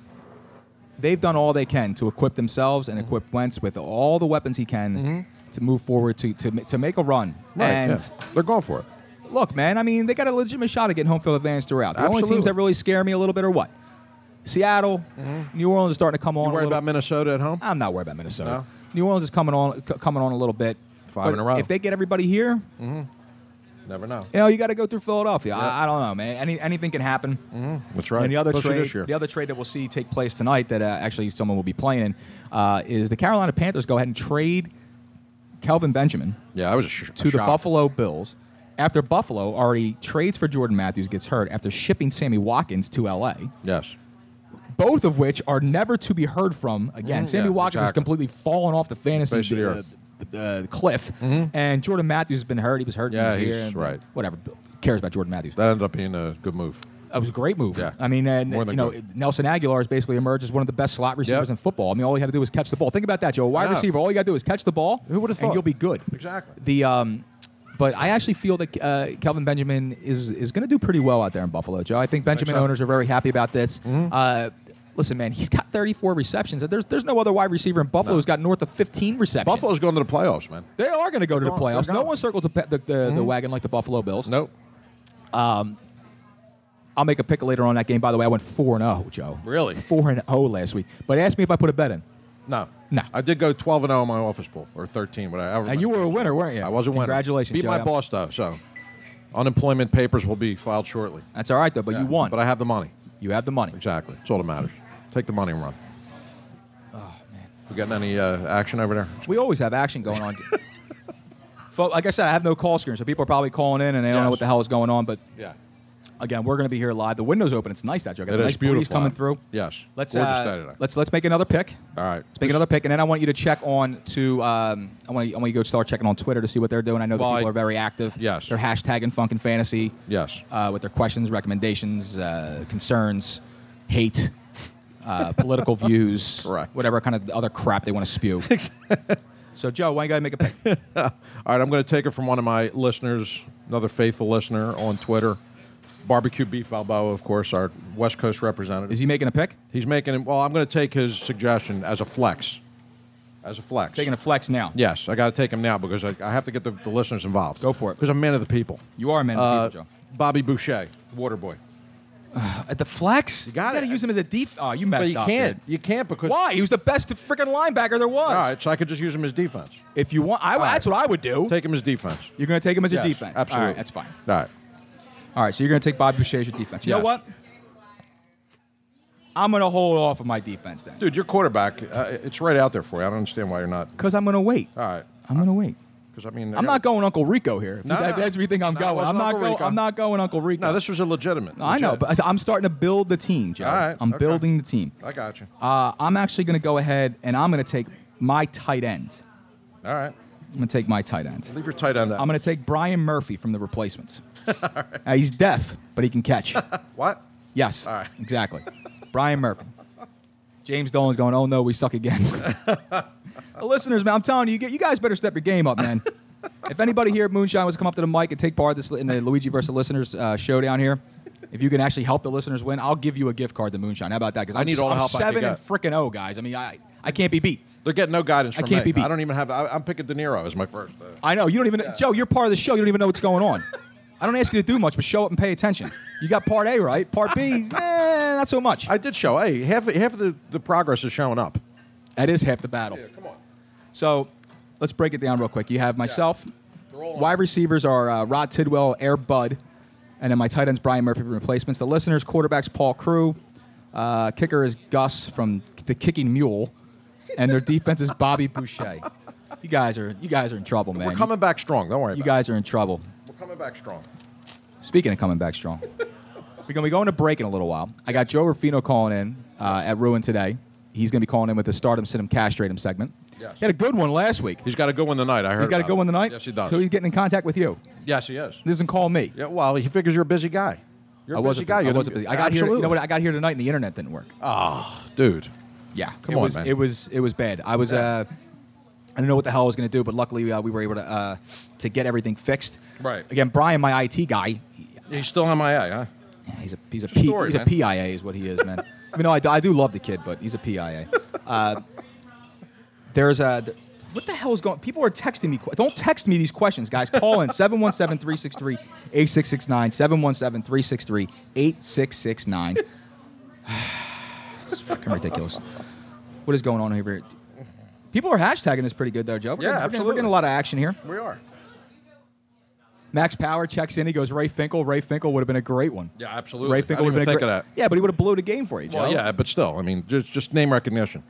Speaker 11: they've done all they can to equip themselves
Speaker 12: Mm-hmm.
Speaker 11: and equip Wentz with all the weapons he can to move forward to to ma- to make a run.
Speaker 12: Right,
Speaker 11: and
Speaker 12: yeah. they're going for it.
Speaker 11: Look, man. I mean, they got a legitimate shot at getting home field advantage throughout. The only teams
Speaker 12: Absolutely.
Speaker 11: that really scare me a little bit are what. Seattle, New Orleans is starting to come on.
Speaker 12: Mm-hmm. You worried
Speaker 11: a little
Speaker 12: about Minnesota at home?
Speaker 11: I'm not worried about Minnesota.
Speaker 12: No?
Speaker 11: New Orleans is coming on, c- coming on a little bit.
Speaker 12: Five
Speaker 11: But
Speaker 12: in a row. Mm-hmm.
Speaker 11: If they get everybody here,
Speaker 12: Never know.
Speaker 11: you know, you got to go through Philadelphia. I, I don't know, man. Any, anything can happen.
Speaker 12: That's Mm-hmm. right.
Speaker 11: And the other
Speaker 12: Especially
Speaker 11: trade,
Speaker 12: this year.
Speaker 11: the other trade that we'll see take place tonight that uh, actually someone will be playing in, uh, is the Carolina Panthers go ahead and trade Kelvin Benjamin
Speaker 12: Yeah, I was sh-
Speaker 11: to the
Speaker 12: shocked.
Speaker 11: Buffalo Bills after Buffalo already trades for Jordan Matthews gets hurt after shipping Sammy Watkins to LA.
Speaker 12: Yes.
Speaker 11: Both of which are never to be heard from again.
Speaker 12: Mhm,
Speaker 11: Sammy
Speaker 12: yeah,
Speaker 11: Watkins has
Speaker 12: exactly.
Speaker 11: completely fallen off the fantasy
Speaker 12: Face of the
Speaker 11: uh,
Speaker 12: earth. Mm-hmm.
Speaker 11: uh, cliff, and Jordan Matthews has been hurt. He was hurt.
Speaker 12: Yeah,
Speaker 11: in here
Speaker 12: he's
Speaker 11: and
Speaker 12: right.
Speaker 11: Whatever cares about Jordan Matthews.
Speaker 12: That ended up being a good move.
Speaker 11: That was a great move.
Speaker 12: Yeah.
Speaker 11: I mean, and
Speaker 12: More than
Speaker 11: you know,
Speaker 12: good.
Speaker 11: Nelson Aguilar has basically emerged as one of the best slot
Speaker 12: Yep.
Speaker 11: receivers in football. I mean, all he had to do was catch the ball. Think about that, Joe. A Wide
Speaker 12: know.
Speaker 11: receiver, all you got to do is catch the ball. Who would have
Speaker 12: thought?
Speaker 11: And you'll be good.
Speaker 12: Exactly.
Speaker 11: The um, but I actually feel that uh, Kelvin Benjamin is is going to do pretty well out there in Buffalo, Joe. I think Benjamin
Speaker 12: so. Mm-hmm.
Speaker 11: owners are very happy about this. Uh, listen, man, he's got 34 receptions. There's there's no other wide receiver in Buffalo who's got north of 15 receptions.
Speaker 12: Buffalo's going to the playoffs, man.
Speaker 11: They are going to go to the
Speaker 12: They're Mm-hmm. going-
Speaker 11: playoffs.
Speaker 12: they're
Speaker 11: No
Speaker 12: going.
Speaker 11: one circles the, pe- the, the, the wagon like the Buffalo Bills.
Speaker 12: Nope.
Speaker 11: Um, I'll make a pick later on that game. By the way, I went four and zero, Joe.
Speaker 12: Really?
Speaker 11: Four and zero last week. But ask me if I put a bet in.
Speaker 12: No.
Speaker 11: No.
Speaker 12: I did go 12 and 0 in my office pool, or 13, whatever.
Speaker 11: And you were a winner, weren't you?
Speaker 12: I was a winner.
Speaker 11: Congratulations,
Speaker 12: Beat
Speaker 11: Joe.
Speaker 12: my
Speaker 11: I'm-
Speaker 12: boss, though, so unemployment papers will be filed shortly.
Speaker 11: That's all right, though, but you won.
Speaker 12: But I have the money.
Speaker 11: You have the money.
Speaker 12: Exactly. That's all that matters. Take the money and run.
Speaker 11: Oh,
Speaker 12: man. We getting any uh, action over there?
Speaker 11: We always have action going on. Fo- like I said, I have no call screen, so people are probably calling in and they don't know
Speaker 12: Yes.
Speaker 11: what the hell is going on. But
Speaker 12: Yeah.
Speaker 11: again, we're going to be here live. The window's open. It's nice that Joe. Got
Speaker 12: It
Speaker 11: the
Speaker 12: is
Speaker 11: nice breeze
Speaker 12: beautiful.
Speaker 11: coming through.
Speaker 12: Yes.
Speaker 11: Let's
Speaker 12: Gorgeous
Speaker 11: uh,
Speaker 12: day today.
Speaker 11: let's let's make another pick.
Speaker 12: All right.
Speaker 11: Let's make another pick, and then I want you to check on to. Um, I want you, I want you to go start checking on Twitter to see what they're doing. I know
Speaker 12: Well,
Speaker 11: that people
Speaker 12: I-
Speaker 11: are very active.
Speaker 12: Yes.
Speaker 11: They're hashtagging Funk and Fantasy.
Speaker 12: Yes.
Speaker 11: Uh, with their questions, recommendations, uh, concerns, hate, uh, political views, whatever kind of other crap they want to spew. so, Joe, why don't you go ahead and make a pick?
Speaker 12: All right, I'm going to take it from one of my listeners, another faithful listener on Twitter. Barbecue Beef Balboa, of course, our West Coast representative. Is
Speaker 11: he making a pick?
Speaker 12: He's making, well, I'm going to take his suggestion as a flex. As a flex.
Speaker 11: Taking a flex now.
Speaker 12: Yes, I got to take him now because I, I have to get the, the listeners involved. Go
Speaker 11: for it.
Speaker 12: Because I'm a man of the people.
Speaker 11: You are a man of the people,
Speaker 12: Joe. Bobby Boucher, water boy.
Speaker 11: At the flex? You
Speaker 12: got
Speaker 11: to use him as a def. Oh, you messed
Speaker 12: but you
Speaker 11: up.
Speaker 12: can't.
Speaker 11: dude.
Speaker 12: You can't because.
Speaker 11: Why? He was the best freaking linebacker there was.
Speaker 12: All right, so I could just use him as defense.
Speaker 11: If you want, I, that's what I would do.
Speaker 12: Take him as defense.
Speaker 11: You're going to take him as
Speaker 12: Yes,
Speaker 11: a defense.
Speaker 12: Absolutely.
Speaker 11: All right, that's fine.
Speaker 12: All right.
Speaker 11: All right, so you're going to take Bobby Boucher as your defense. You know
Speaker 12: Yes.
Speaker 11: what? I'm going to hold off of my defense then.
Speaker 12: Dude, your quarterback, uh, it's right out there for you. I don't understand why you're not.
Speaker 11: Because I'm going to wait.
Speaker 12: All right.
Speaker 11: I'm going to wait.
Speaker 12: Because I mean,
Speaker 11: I'm not going Uncle Rico here. If
Speaker 12: No,
Speaker 11: you-
Speaker 12: no.
Speaker 11: if That's where you think I'm
Speaker 12: No, it
Speaker 11: going.
Speaker 12: wasn't
Speaker 11: I'm not,
Speaker 12: Uncle
Speaker 11: go,
Speaker 12: Rico.
Speaker 11: I'm not going Uncle Rico.
Speaker 12: No, uh, this was a legitimate.
Speaker 11: I know,
Speaker 12: legit-
Speaker 11: but I'm starting to build the team, Joe.
Speaker 12: All right,
Speaker 11: I'm
Speaker 12: okay.
Speaker 11: building the team.
Speaker 12: I got you.
Speaker 11: Uh, I'm actually going to go ahead and I'm going to take my tight end.
Speaker 12: All right.
Speaker 11: I'm going to take my tight end.
Speaker 12: Leave your tight end out.
Speaker 11: I'm going to take Brian Murphy from the replacements. Now, he's deaf, but he can catch.
Speaker 12: what?
Speaker 11: Yes. Exactly. Brian Murphy. James Dolan's going, oh no, we suck again. The listeners, man, I'm telling you, you, get, you guys better step your game up, man. if anybody here at Moonshine wants to come up to the mic and take part this, in the Luigi versus listeners uh, showdown here, if you can actually help the listeners win, I'll give you a gift card to Moonshine. How about that? Because
Speaker 12: I need all the
Speaker 11: I'm
Speaker 12: help I can
Speaker 11: seven and
Speaker 12: get.
Speaker 11: frickin' oh, guys. I mean, I, I can't be beat.
Speaker 12: They're getting no guidance
Speaker 11: I
Speaker 12: from
Speaker 11: can't
Speaker 12: me.
Speaker 11: be beat.
Speaker 12: I don't even have. I, I'm picking De Niro as my first. uh,
Speaker 11: I know you don't even. Joe, you're part of the show. You don't even know what's going on. I don't ask you to do much, but show up and pay attention. You got part A right, part B, eh, not so much.
Speaker 12: I did show. Hey, half half of the, the progress is showing up.
Speaker 11: That is half the battle. Yeah,
Speaker 12: come on.
Speaker 11: So let's break it down real quick. You have myself. Wide receivers are uh, Rod Tidwell, Air Bud, and then my tight ends Brian Murphy from replacements. The listeners, quarterbacks Paul Crew, uh, kicker is Gus from the Kicking Mule, and their defense is Bobby Boucher. You guys are you guys are in trouble, man.
Speaker 12: We're coming back strong. Don't worry.
Speaker 11: You
Speaker 12: about
Speaker 11: guys are in trouble.
Speaker 12: it. We're coming back strong.
Speaker 11: Speaking of coming back strong, we're going to be going to break in a little while. I got Joe Ruffino calling in uh, at Ruin today. He's going to be calling in with the Stardom Sit 'em Castrate 'em segment.
Speaker 12: Yes.
Speaker 11: He had a good one last week.
Speaker 12: He's got to go in the night. I heard.
Speaker 11: He's got to
Speaker 12: about
Speaker 11: go
Speaker 12: it.
Speaker 11: in the night.
Speaker 12: Yes, he does.
Speaker 11: So he's getting in contact with you.
Speaker 12: yes, he is.
Speaker 11: He doesn't call me.
Speaker 12: Yeah. Well, he figures you're a busy guy. You're a
Speaker 11: I
Speaker 12: busy
Speaker 11: wasn't.
Speaker 12: guy.
Speaker 11: I
Speaker 12: You're-
Speaker 11: wasn't. busy. I got here. You
Speaker 12: Absolutely.
Speaker 11: know what? I got here tonight, and the internet didn't work.
Speaker 12: Ah, dude.
Speaker 11: Yeah.
Speaker 12: Come
Speaker 11: it
Speaker 12: on,
Speaker 11: was,
Speaker 12: man.
Speaker 11: It was. It was bad. I was. Uh, I don't know what the hell I was going to do, but luckily uh, we were able to uh, to get everything fixed.
Speaker 12: Right.
Speaker 11: Again, Brian, my IT guy.
Speaker 12: He's still MIA, huh?
Speaker 11: Yeah, he's a he's a,
Speaker 12: It's a
Speaker 11: P-
Speaker 12: story,
Speaker 11: he's a
Speaker 12: man.
Speaker 11: PIA is what he is, man. I mean, no, I, do- I do love the kid, but he's a PIA. Uh, there's a th- what the hell is going? People are texting me. que- Don't text me these questions, guys. Call in 717-363-8669, 717-363-8669. it's fucking ridiculous. What is going on here? People are hashtagging this pretty good though, Joe. We're
Speaker 12: Yeah,
Speaker 11: getting-
Speaker 12: absolutely.
Speaker 11: we're getting- We're getting a lot of action here.
Speaker 12: We are.
Speaker 11: Max Power checks in. He goes, Ray Finkel. Ray Finkel would have been a great one.
Speaker 12: Yeah, absolutely.
Speaker 11: Ray
Speaker 12: I
Speaker 11: Finkel
Speaker 12: didn't
Speaker 11: would have
Speaker 12: even
Speaker 11: been a
Speaker 12: think
Speaker 11: great.
Speaker 12: of
Speaker 11: Yeah, but he would have blew the game for you. Joe.
Speaker 12: Well, yeah, but still, I mean, just just name recognition.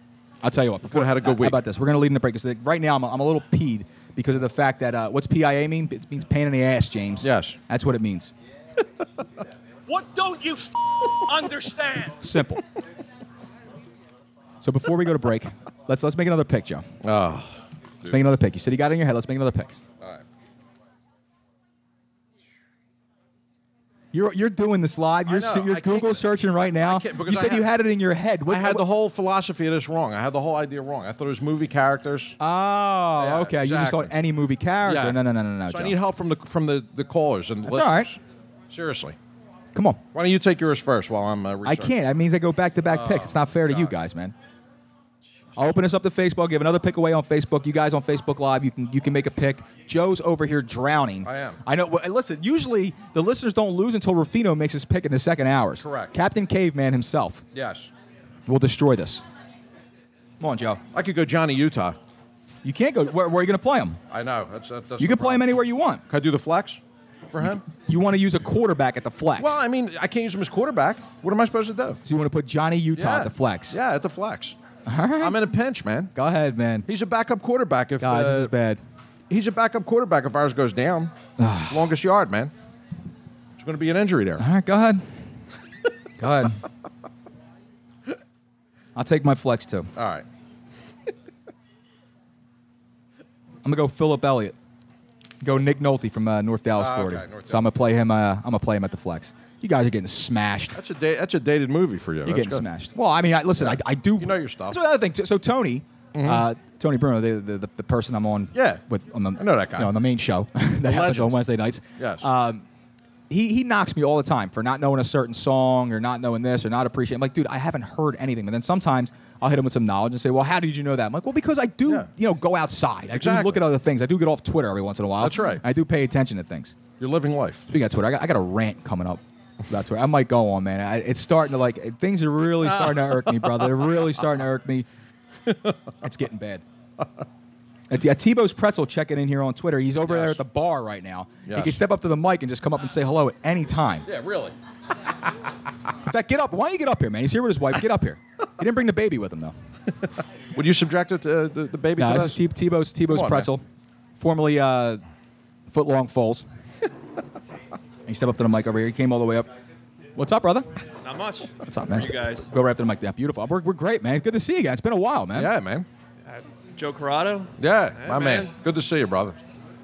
Speaker 11: I'll tell you what.
Speaker 12: Could
Speaker 11: Before
Speaker 12: have had a good
Speaker 11: How
Speaker 12: week.
Speaker 11: about this? We're going to lead in the break. 'cause, like, right now, I'm a, I'm a little peed because of the fact that uh, what's PIA mean? It means pain in the ass, James. Yes, that's what it means.
Speaker 14: What don't you f- understand?
Speaker 11: Simple. so before we go to break, let's let's make another pick, Joe.
Speaker 12: Oh,
Speaker 11: let's make another pick. You said you got it in your head. Let's make another pick.
Speaker 12: All right.
Speaker 11: You're, you're doing this live. You're,
Speaker 12: know,
Speaker 11: se- you're
Speaker 12: I can't-
Speaker 11: Google searching right now.
Speaker 12: because
Speaker 11: You
Speaker 12: I
Speaker 11: said you had it in your head. What,
Speaker 12: I had the whole philosophy of this wrong. I had the whole idea wrong. I thought it was movie characters.
Speaker 11: Oh, okay. You just
Speaker 12: exactly.
Speaker 11: thought any movie character.
Speaker 12: Yeah.
Speaker 11: No, no, no, no, no.
Speaker 12: so I
Speaker 11: Joe.
Speaker 12: need help from the from the, the callers and the
Speaker 11: That's all
Speaker 12: listeners. Seriously.
Speaker 11: Come on.
Speaker 12: Why don't you take yours first while I'm uh,
Speaker 11: I
Speaker 12: researching?
Speaker 11: can't. That means I go back to back picks.
Speaker 12: Oh,
Speaker 11: It's not fair to you guys, man. I'll open this up to Facebook. I'll give another pick away on Facebook. You guys on Facebook Live, you can you can make a pick. Joe's over here drowning.
Speaker 12: I am.
Speaker 11: I know. Well, and listen, usually the listeners don't lose until Rufino makes his pick in the second hours.
Speaker 12: Correct.
Speaker 11: Captain Caveman himself
Speaker 12: Yes.
Speaker 11: will destroy this. Come on, Joe.
Speaker 12: I could go Johnny Utah.
Speaker 11: You can't go. Where, where are you going to play him?
Speaker 12: I know. That's, that- that's
Speaker 11: you
Speaker 12: the
Speaker 11: can play him anywhere you want.
Speaker 12: Can I do the flex for him?
Speaker 11: You want to use a quarterback at the flex.
Speaker 12: Well, I mean, I can't use him as quarterback. What am I supposed to do?
Speaker 11: so you want to put Johnny Utah
Speaker 12: yeah.
Speaker 11: at the flex.
Speaker 12: Yeah, at the flex.
Speaker 11: All right.
Speaker 12: I'm in a pinch, man.
Speaker 11: Go ahead, man.
Speaker 12: He's a backup quarterback. If
Speaker 11: Guys, this
Speaker 12: uh,
Speaker 11: is bad.
Speaker 12: he's a backup quarterback, if ours goes down, longest yard, man. There's going to be an injury there.
Speaker 11: All right, go ahead. go ahead. I'll take my flex too.
Speaker 12: All right.
Speaker 11: I'm gonna go Philip Elliott. Go Nick Nolte from uh, North Dallas,
Speaker 12: Ah,
Speaker 11: Florida.
Speaker 12: okay, North
Speaker 11: so I'm gonna play him. Uh, I'm gonna play him at the flex. You guys are getting smashed.
Speaker 12: That's a da- that's a dated movie for you.
Speaker 11: You're getting smashed. Well, I mean, I, listen, I, I do.
Speaker 12: You know your stuff. Mm-hmm.
Speaker 11: That's another thing. too. So Tony, uh, Tony Bruno, the, the, the, the person I'm on.
Speaker 12: Yeah.
Speaker 11: With on the, I
Speaker 12: know that guy.
Speaker 11: on the main show that happens on
Speaker 12: legend.
Speaker 11: Wednesday nights.
Speaker 12: Yes.
Speaker 11: Um, he, he knocks me all the time for not knowing a certain song or not knowing this or not appreciating. I'm like, dude, I haven't heard anything. But then sometimes I'll hit him with some knowledge and say, well, how did you know that? I'm like, well, because I do,
Speaker 12: Yeah.
Speaker 11: you know, go outside. I do
Speaker 12: Exactly.
Speaker 11: look at other things. I do get off Twitter every once in a while.
Speaker 12: That's right.
Speaker 11: I do pay attention to things.
Speaker 12: You're living life.
Speaker 11: Speaking of Twitter, I got, I got a rant coming up. That's where I might go on, man. I, it's starting to like it- things are really starting to irk me, brother. They're really starting to irk me. It's getting bad. At, at Tebow's Pretzel checking in here on Twitter. He's over there at the bar right now. He
Speaker 12: Yes.
Speaker 11: can step up to the mic and just come up and say hello at any time.
Speaker 12: Yeah, really.
Speaker 11: In fact, get up. Why don't you get up here, man? He's here with his wife. Get up here. He didn't bring the baby with him though.
Speaker 12: Would you subject it to uh, the, the baby
Speaker 11: No,
Speaker 12: to this?
Speaker 11: this is Te- Tebow's Tebow's
Speaker 12: Come on,
Speaker 11: Pretzel, formerly uh, Footlong Foals. he stepped up to the mic over here. He came all the way up. What's up, brother?
Speaker 14: Not much.
Speaker 11: What's up, man?
Speaker 14: You guys.
Speaker 11: Go right up to the mic. Yeah, beautiful. We're, we're great, man. It's good to see you guys. It's been a while, man.
Speaker 12: Yeah, man.
Speaker 14: Uh, Joe Corrado,
Speaker 12: Yeah,
Speaker 14: Hey,
Speaker 12: my man.
Speaker 14: man.
Speaker 12: Good to see you, brother.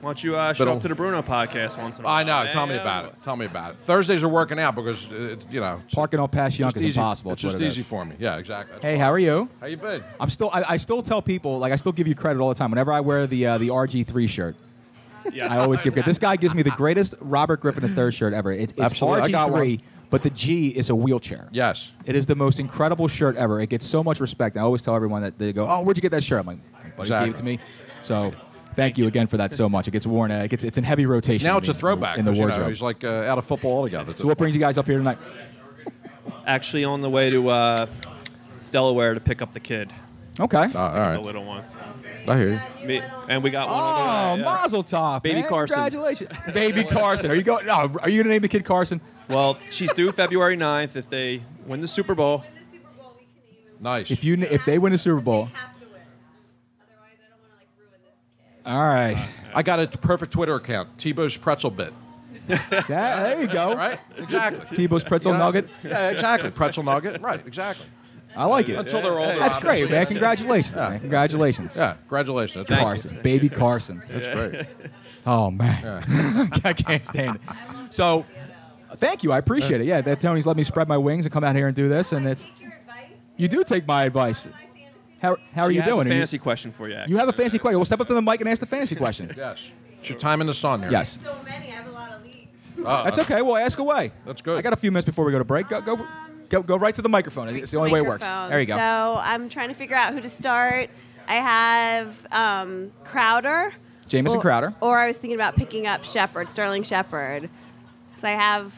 Speaker 14: why don't you uh, show
Speaker 12: Little-
Speaker 14: up to the Bruno podcast once in a while?
Speaker 12: I know. Tell me
Speaker 14: Yeah.
Speaker 12: about it. Tell me about it. Thursdays are working out because uh, it, you know it's
Speaker 11: Parking on Passyunk
Speaker 12: just
Speaker 11: is
Speaker 12: easy-
Speaker 11: impossible.
Speaker 12: It's
Speaker 11: That's
Speaker 12: just
Speaker 11: what it
Speaker 12: easy
Speaker 11: is.
Speaker 12: for me. Yeah, exactly. That's
Speaker 11: Hey,
Speaker 12: why.
Speaker 11: how are you?
Speaker 12: How you been?
Speaker 11: I'm still. I, I still tell people like I still give you credit all the time. Whenever I wear the uh, the RG3 shirt,
Speaker 14: Yeah.
Speaker 11: I always give credit. This guy gives me the greatest Robert Griffin III shirt ever. It, it's
Speaker 12: Absolutely. I got
Speaker 11: RG3, but the G is a wheelchair.
Speaker 12: Yes.
Speaker 11: It is the most incredible shirt ever. It gets so much respect. I always tell everyone that they go, "Oh, where'd you get that shirt?" I'm like, "My buddy
Speaker 12: Exactly.
Speaker 11: gave it to me." So, thank you again for that so much. It gets worn. Uh, it gets. It's in heavy rotation.
Speaker 12: Now
Speaker 11: in
Speaker 12: it's
Speaker 11: the-
Speaker 12: a throwback.
Speaker 11: in the
Speaker 12: 'cause, you know,
Speaker 11: wardrobe.
Speaker 12: he's like uh, out of football altogether.
Speaker 11: so, what brings you guys up here tonight?
Speaker 14: Actually, on the way to uh, Delaware to pick up the kid,
Speaker 11: Okay.
Speaker 12: Oh, all
Speaker 14: the
Speaker 12: right.
Speaker 14: little one.
Speaker 12: I hear you.
Speaker 14: Me, and we got one.
Speaker 11: Oh,
Speaker 14: on the way, yeah.
Speaker 11: Mazel Tov,
Speaker 14: Baby
Speaker 11: man.
Speaker 14: Carson.
Speaker 11: Congratulations, baby Carson. Are you going? No, are you gonna name the kid Carson?
Speaker 14: Well, she's due February 9th. If they win the Super Bowl,
Speaker 12: Nice.
Speaker 11: If you if they win the Super Bowl. All right.
Speaker 12: I got a t- perfect Twitter account. Tebow's pretzel bit.
Speaker 11: Yeah, there you go.
Speaker 12: Right. Exactly.
Speaker 11: Tebow's pretzel
Speaker 12: You know?
Speaker 11: nugget.
Speaker 12: Yeah, exactly. Pretzel nugget. Right. Exactly.
Speaker 11: I like it.
Speaker 12: Until they're older.
Speaker 11: That's great,
Speaker 12: obviously.
Speaker 11: man. Congratulations,
Speaker 12: Yeah.
Speaker 11: man. Congratulations.
Speaker 12: Yeah. Congratulations. That's right.
Speaker 11: Carson, baby Carson.
Speaker 12: That's great.
Speaker 11: Oh man, I can't stand it. So, thank you. I appreciate it. Yeah, that Tony's let me spread my wings and come out here and do this, and it's you do take my advice. How, how are
Speaker 14: she
Speaker 11: you
Speaker 14: has
Speaker 11: doing?
Speaker 14: A
Speaker 11: Are you-
Speaker 14: fantasy question for you. Actually.
Speaker 11: You have a fancy question. Well, step up to the mic and ask the fantasy question.
Speaker 12: Yes. It's your time in the sun here.
Speaker 11: Yes.
Speaker 13: So many. I have a lot of leagues.
Speaker 12: Uh,
Speaker 11: That's okay. Well, ask away.
Speaker 12: That's good.
Speaker 11: I got a few minutes before we go to break. Go, go, go, go right to the microphone. I think It's the only way it works.
Speaker 13: Um, Microphone.
Speaker 11: There you go.
Speaker 13: So I'm trying to figure out who to start. I have um, Crowder.
Speaker 11: Jamison
Speaker 13: or,
Speaker 11: Crowder.
Speaker 13: Or I was thinking about picking up Shepard, Sterling Shepard. So I have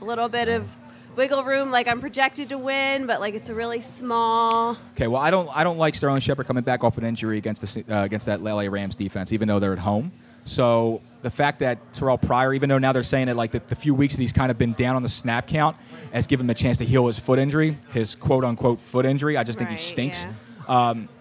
Speaker 13: a little bit of wiggle room. Like I'm projected to win, but like it's a really small.
Speaker 11: Okay. Well, I don't, I don't like Sterling Shepard coming back off an injury against the, Se- uh, against that LA Rams defense, even though they're at home. So the fact that Terrell Pryor, even though now they're saying that like the, the few weeks that he's kind of been down on the snap count, has given him a chance to heal his foot injury, his quote unquote foot injury. I just think
Speaker 13: Right,
Speaker 11: he stinks. Um,
Speaker 13: yeah.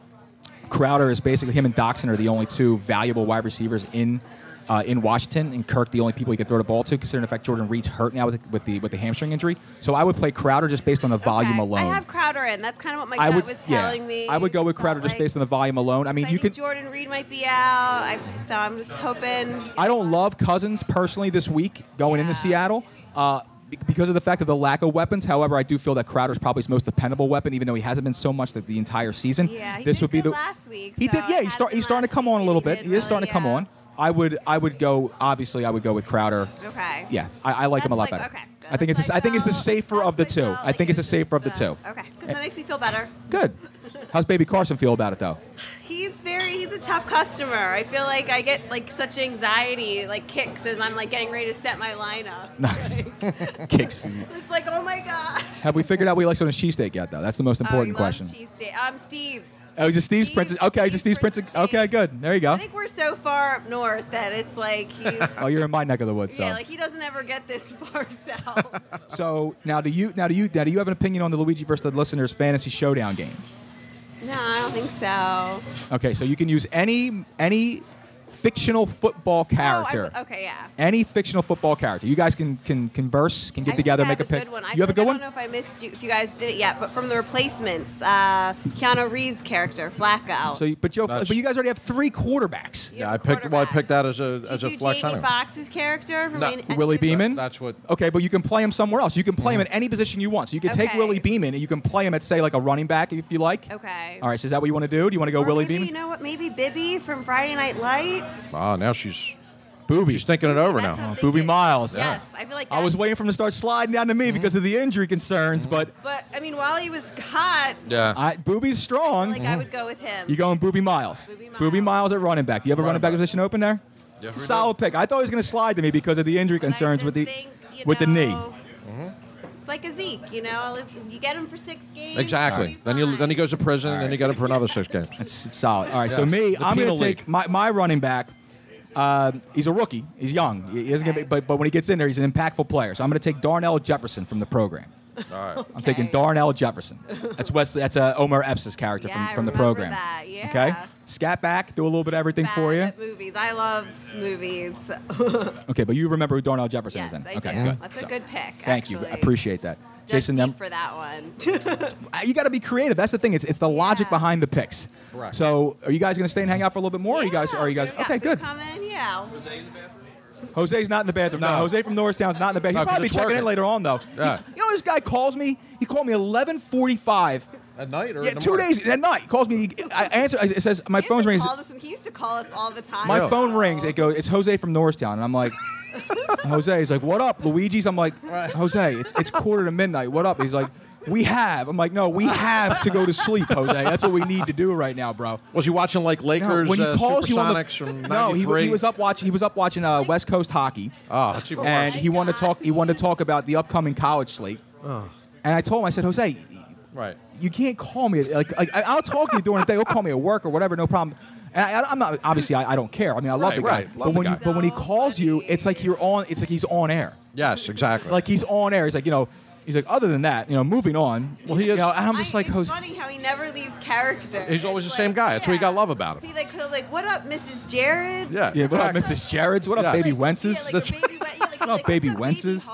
Speaker 11: Crowder is basically him and Doxson are the only two valuable wide receivers in uh, in Washington, and Kirk the only people you can throw the ball to, considering the fact Jordan Reed's hurt now with the, with the with the hamstring injury. So I would play Crowder just based on the volume
Speaker 13: Okay.
Speaker 11: alone.
Speaker 13: I have Crowder in. That's kind of what my
Speaker 11: I
Speaker 13: gut
Speaker 11: would,
Speaker 13: was
Speaker 11: yeah,
Speaker 13: telling me.
Speaker 11: I would go with
Speaker 13: Felt
Speaker 11: Crowder just
Speaker 13: like-
Speaker 11: based on the volume alone. I mean,
Speaker 13: I
Speaker 11: you
Speaker 13: think
Speaker 11: could.
Speaker 13: Jordan Reed might be out, I, so I'm just hoping.
Speaker 11: I don't love Cousins personally this week going into Seattle uh, be- because of the fact of the lack of weapons. However, I do feel that Crowder's probably his most dependable weapon, even though he hasn't been so much the, the entire season.
Speaker 13: Yeah, he
Speaker 11: this
Speaker 13: did
Speaker 11: would be
Speaker 13: good
Speaker 11: the
Speaker 13: last week,
Speaker 11: He
Speaker 13: so
Speaker 11: did.
Speaker 13: I
Speaker 11: Yeah,
Speaker 13: had
Speaker 11: he's, start,
Speaker 13: him
Speaker 11: he's starting to
Speaker 13: last
Speaker 11: come on a
Speaker 13: week,
Speaker 11: little
Speaker 13: and he
Speaker 11: bit. He
Speaker 13: did
Speaker 11: is starting to
Speaker 13: really,
Speaker 11: come on. I would I would go obviously I would go with Crowder.
Speaker 13: Okay.
Speaker 11: Yeah, I, I like him a lot
Speaker 13: That's
Speaker 11: better.
Speaker 13: like- okay.
Speaker 11: I think it's
Speaker 13: That's
Speaker 11: I think it's the
Speaker 13: like- oh,
Speaker 11: safer of the
Speaker 13: that's
Speaker 11: two.
Speaker 13: like, uh,
Speaker 11: I think it's the
Speaker 13: like
Speaker 11: safer of the
Speaker 13: just,
Speaker 11: two. Eh,
Speaker 13: uh, Okay, good. That makes me feel better.
Speaker 11: Good. How's Baby Carson feel about it though?
Speaker 13: He's very he's a tough customer. I feel like I get like such anxiety, like kicks as I'm like getting ready to set my lineup.
Speaker 11: Kicks.
Speaker 13: It's like, oh my god.
Speaker 11: Have we figured out what he likes on his cheesesteak yet though? That's the most important question.
Speaker 13: She's sta- I'm Um, Steve's.
Speaker 11: Oh, he's a Steve's princess. Okay, he's a Steve's princess. Okay, good. There
Speaker 13: I
Speaker 11: you go.
Speaker 13: think we're so far up north that it's like he's
Speaker 11: Oh, you're in my neck of the woods, so.
Speaker 13: yeah, like he doesn't ever get this far south.
Speaker 11: So now, do you now do you now do you have an opinion on the Luigi versus the Listeners Fantasy Showdown game?
Speaker 13: no, I don't think so.
Speaker 11: Okay, so you can use any any fictional football character.
Speaker 13: Oh, I- okay, yeah.
Speaker 11: Any fictional football character. You guys can can converse, can get
Speaker 13: I
Speaker 11: together,
Speaker 13: think
Speaker 11: make
Speaker 13: I
Speaker 11: a
Speaker 13: have
Speaker 11: pick.
Speaker 13: Good one. I
Speaker 11: You have a
Speaker 13: think-
Speaker 11: good
Speaker 13: I
Speaker 11: one.
Speaker 13: don't know if I missed you, if you guys did it yet, but from the replacements, uh, Keanu Reeves' character Flacco.
Speaker 11: So, you- but Joe,
Speaker 12: That's-
Speaker 11: but you guys already have three quarterbacks.
Speaker 12: Yeah, I picked. Well, I picked that as a as a
Speaker 13: Did you
Speaker 12: flex.
Speaker 13: Jamie
Speaker 12: anyway.
Speaker 13: Foxx's character from any-
Speaker 11: Willie Beeman.
Speaker 12: That's what.
Speaker 11: Okay, but you can play him somewhere else. You can play him at any position you want. So you can take
Speaker 13: Okay.
Speaker 11: Willie Beeman and you can play him at say like a running back if you like.
Speaker 13: Okay.
Speaker 11: All right, so is that what you want to do? Do you want to go
Speaker 13: Or
Speaker 11: Willie
Speaker 13: maybe,
Speaker 11: Beeman?
Speaker 13: You know what? Maybe Bibby from Friday Night Lights.
Speaker 12: Ah, now she's booby. She's thinking it over
Speaker 13: That's what
Speaker 12: now.
Speaker 13: I'm
Speaker 11: Booby Miles. Mm-hmm.
Speaker 13: Yes, I feel like
Speaker 11: I was waiting for him to start sliding down to me because of the injury concerns, but
Speaker 13: But I mean, while he was hot,
Speaker 11: Mm-hmm. yeah, I, Booby's strong. Mm-hmm.
Speaker 13: like I would go with him.
Speaker 11: You going Booby Miles? Booby Miles. at running back. Do you have a running back, position open there?
Speaker 12: Yes, we
Speaker 11: Solid pick. I thought he was going to slide to me because of the injury concerns with the
Speaker 13: you
Speaker 11: with the knee.
Speaker 13: know, It's like a Zeke, you know. You get him for six games.
Speaker 12: Exactly. Then you then he goes to prison, and then you got him for another six games.
Speaker 11: It's, it's solid. All right, so me, I'm going to take my, my running back. Uh, he's a rookie. He's young. He he isn't gonna be, but, but when he gets in there, he's an impactful player. So I'm going to take Darnell Jefferson from the program.
Speaker 12: All right.
Speaker 11: I'm taking Darnell Jefferson. That's Wesley. That's uh, Omar Epps' character
Speaker 13: Yeah, I
Speaker 11: from, from the
Speaker 13: remember
Speaker 11: program.
Speaker 13: that,
Speaker 11: Okay,
Speaker 13: yeah.
Speaker 11: scat back, do a little bit of everything for you.
Speaker 13: Movies. I love movies.
Speaker 11: Okay, but you remember who Darnell Jefferson
Speaker 13: yes,
Speaker 11: is in?
Speaker 13: I
Speaker 11: okay,
Speaker 13: do.
Speaker 11: good.
Speaker 13: That's
Speaker 11: So,
Speaker 13: a good pick.
Speaker 11: Thank you. I appreciate that. Jason,
Speaker 13: deep
Speaker 11: them,
Speaker 13: for that one.
Speaker 11: uh, you got to be creative. That's the thing. It's, it's the logic behind the picks.
Speaker 13: Correct.
Speaker 11: So, are you guys going to stay and hang out for a little bit more? Or you guys? Are you guys? Okay, good.
Speaker 13: Coming, yeah.
Speaker 11: Jose's not in the bathroom. No, Jose from Norristown's not in the bathroom.
Speaker 12: No, 'cause
Speaker 11: He'll probably be
Speaker 12: it's
Speaker 11: checking in
Speaker 12: working.
Speaker 11: later on, though.
Speaker 12: Yeah.
Speaker 11: You know, this guy calls me. He called me 11:45.
Speaker 12: At night or
Speaker 11: Yeah,
Speaker 12: in the
Speaker 11: two
Speaker 12: morning?
Speaker 11: days at night. He calls me. I answer. It says my phone's ringing.
Speaker 13: Called us, he used to call us all the time.
Speaker 11: My phone rings. It goes. It's Jose from Norristown, and I'm like, Jose. He's like, what up, Luigi's? I'm like, Jose. It's it's quarter to midnight. What up? He's like, we have. I'm like, no, we have to go to sleep, Jose. That's what we need to do right now, bro.
Speaker 12: Was he watching like Lakers
Speaker 11: when he
Speaker 12: uh,
Speaker 11: calls you on the,
Speaker 12: Supersonics from
Speaker 11: no, he,
Speaker 12: '93?
Speaker 11: he was up watching. He was up watching uh, West Coast hockey.
Speaker 12: Oh, that's even
Speaker 11: and
Speaker 12: worse.
Speaker 11: he wanted to talk. He wanted to talk about the upcoming college slate.
Speaker 12: Oh.
Speaker 11: And I told him, I said, Jose,
Speaker 12: right.
Speaker 11: you can't call me. Like, like I- I'll talk to you during the day. He'll call me at work or whatever, no problem. And I, I'm not obviously. I, I don't care. I mean, I love
Speaker 12: Right,
Speaker 11: the guy.
Speaker 12: right. Love
Speaker 11: but
Speaker 12: the
Speaker 11: when
Speaker 12: guy.
Speaker 11: You, but when he calls you, it's like you're on. It's like he's on air.
Speaker 12: Yes, exactly.
Speaker 11: Like he's on air. He's like you know. He's like other than that, you know, moving on. Well, he is. You know, and I'm just like Jose.
Speaker 13: Funny how he never leaves character.
Speaker 12: He's always the same guy. That's what you got to love about him.
Speaker 13: He like he'll like, what up, Mrs. Jared?
Speaker 12: Yeah.
Speaker 11: Yeah, what up, Mrs. Jarrett's? What up,
Speaker 12: Yeah.
Speaker 11: baby Wences? what up, baby Wences?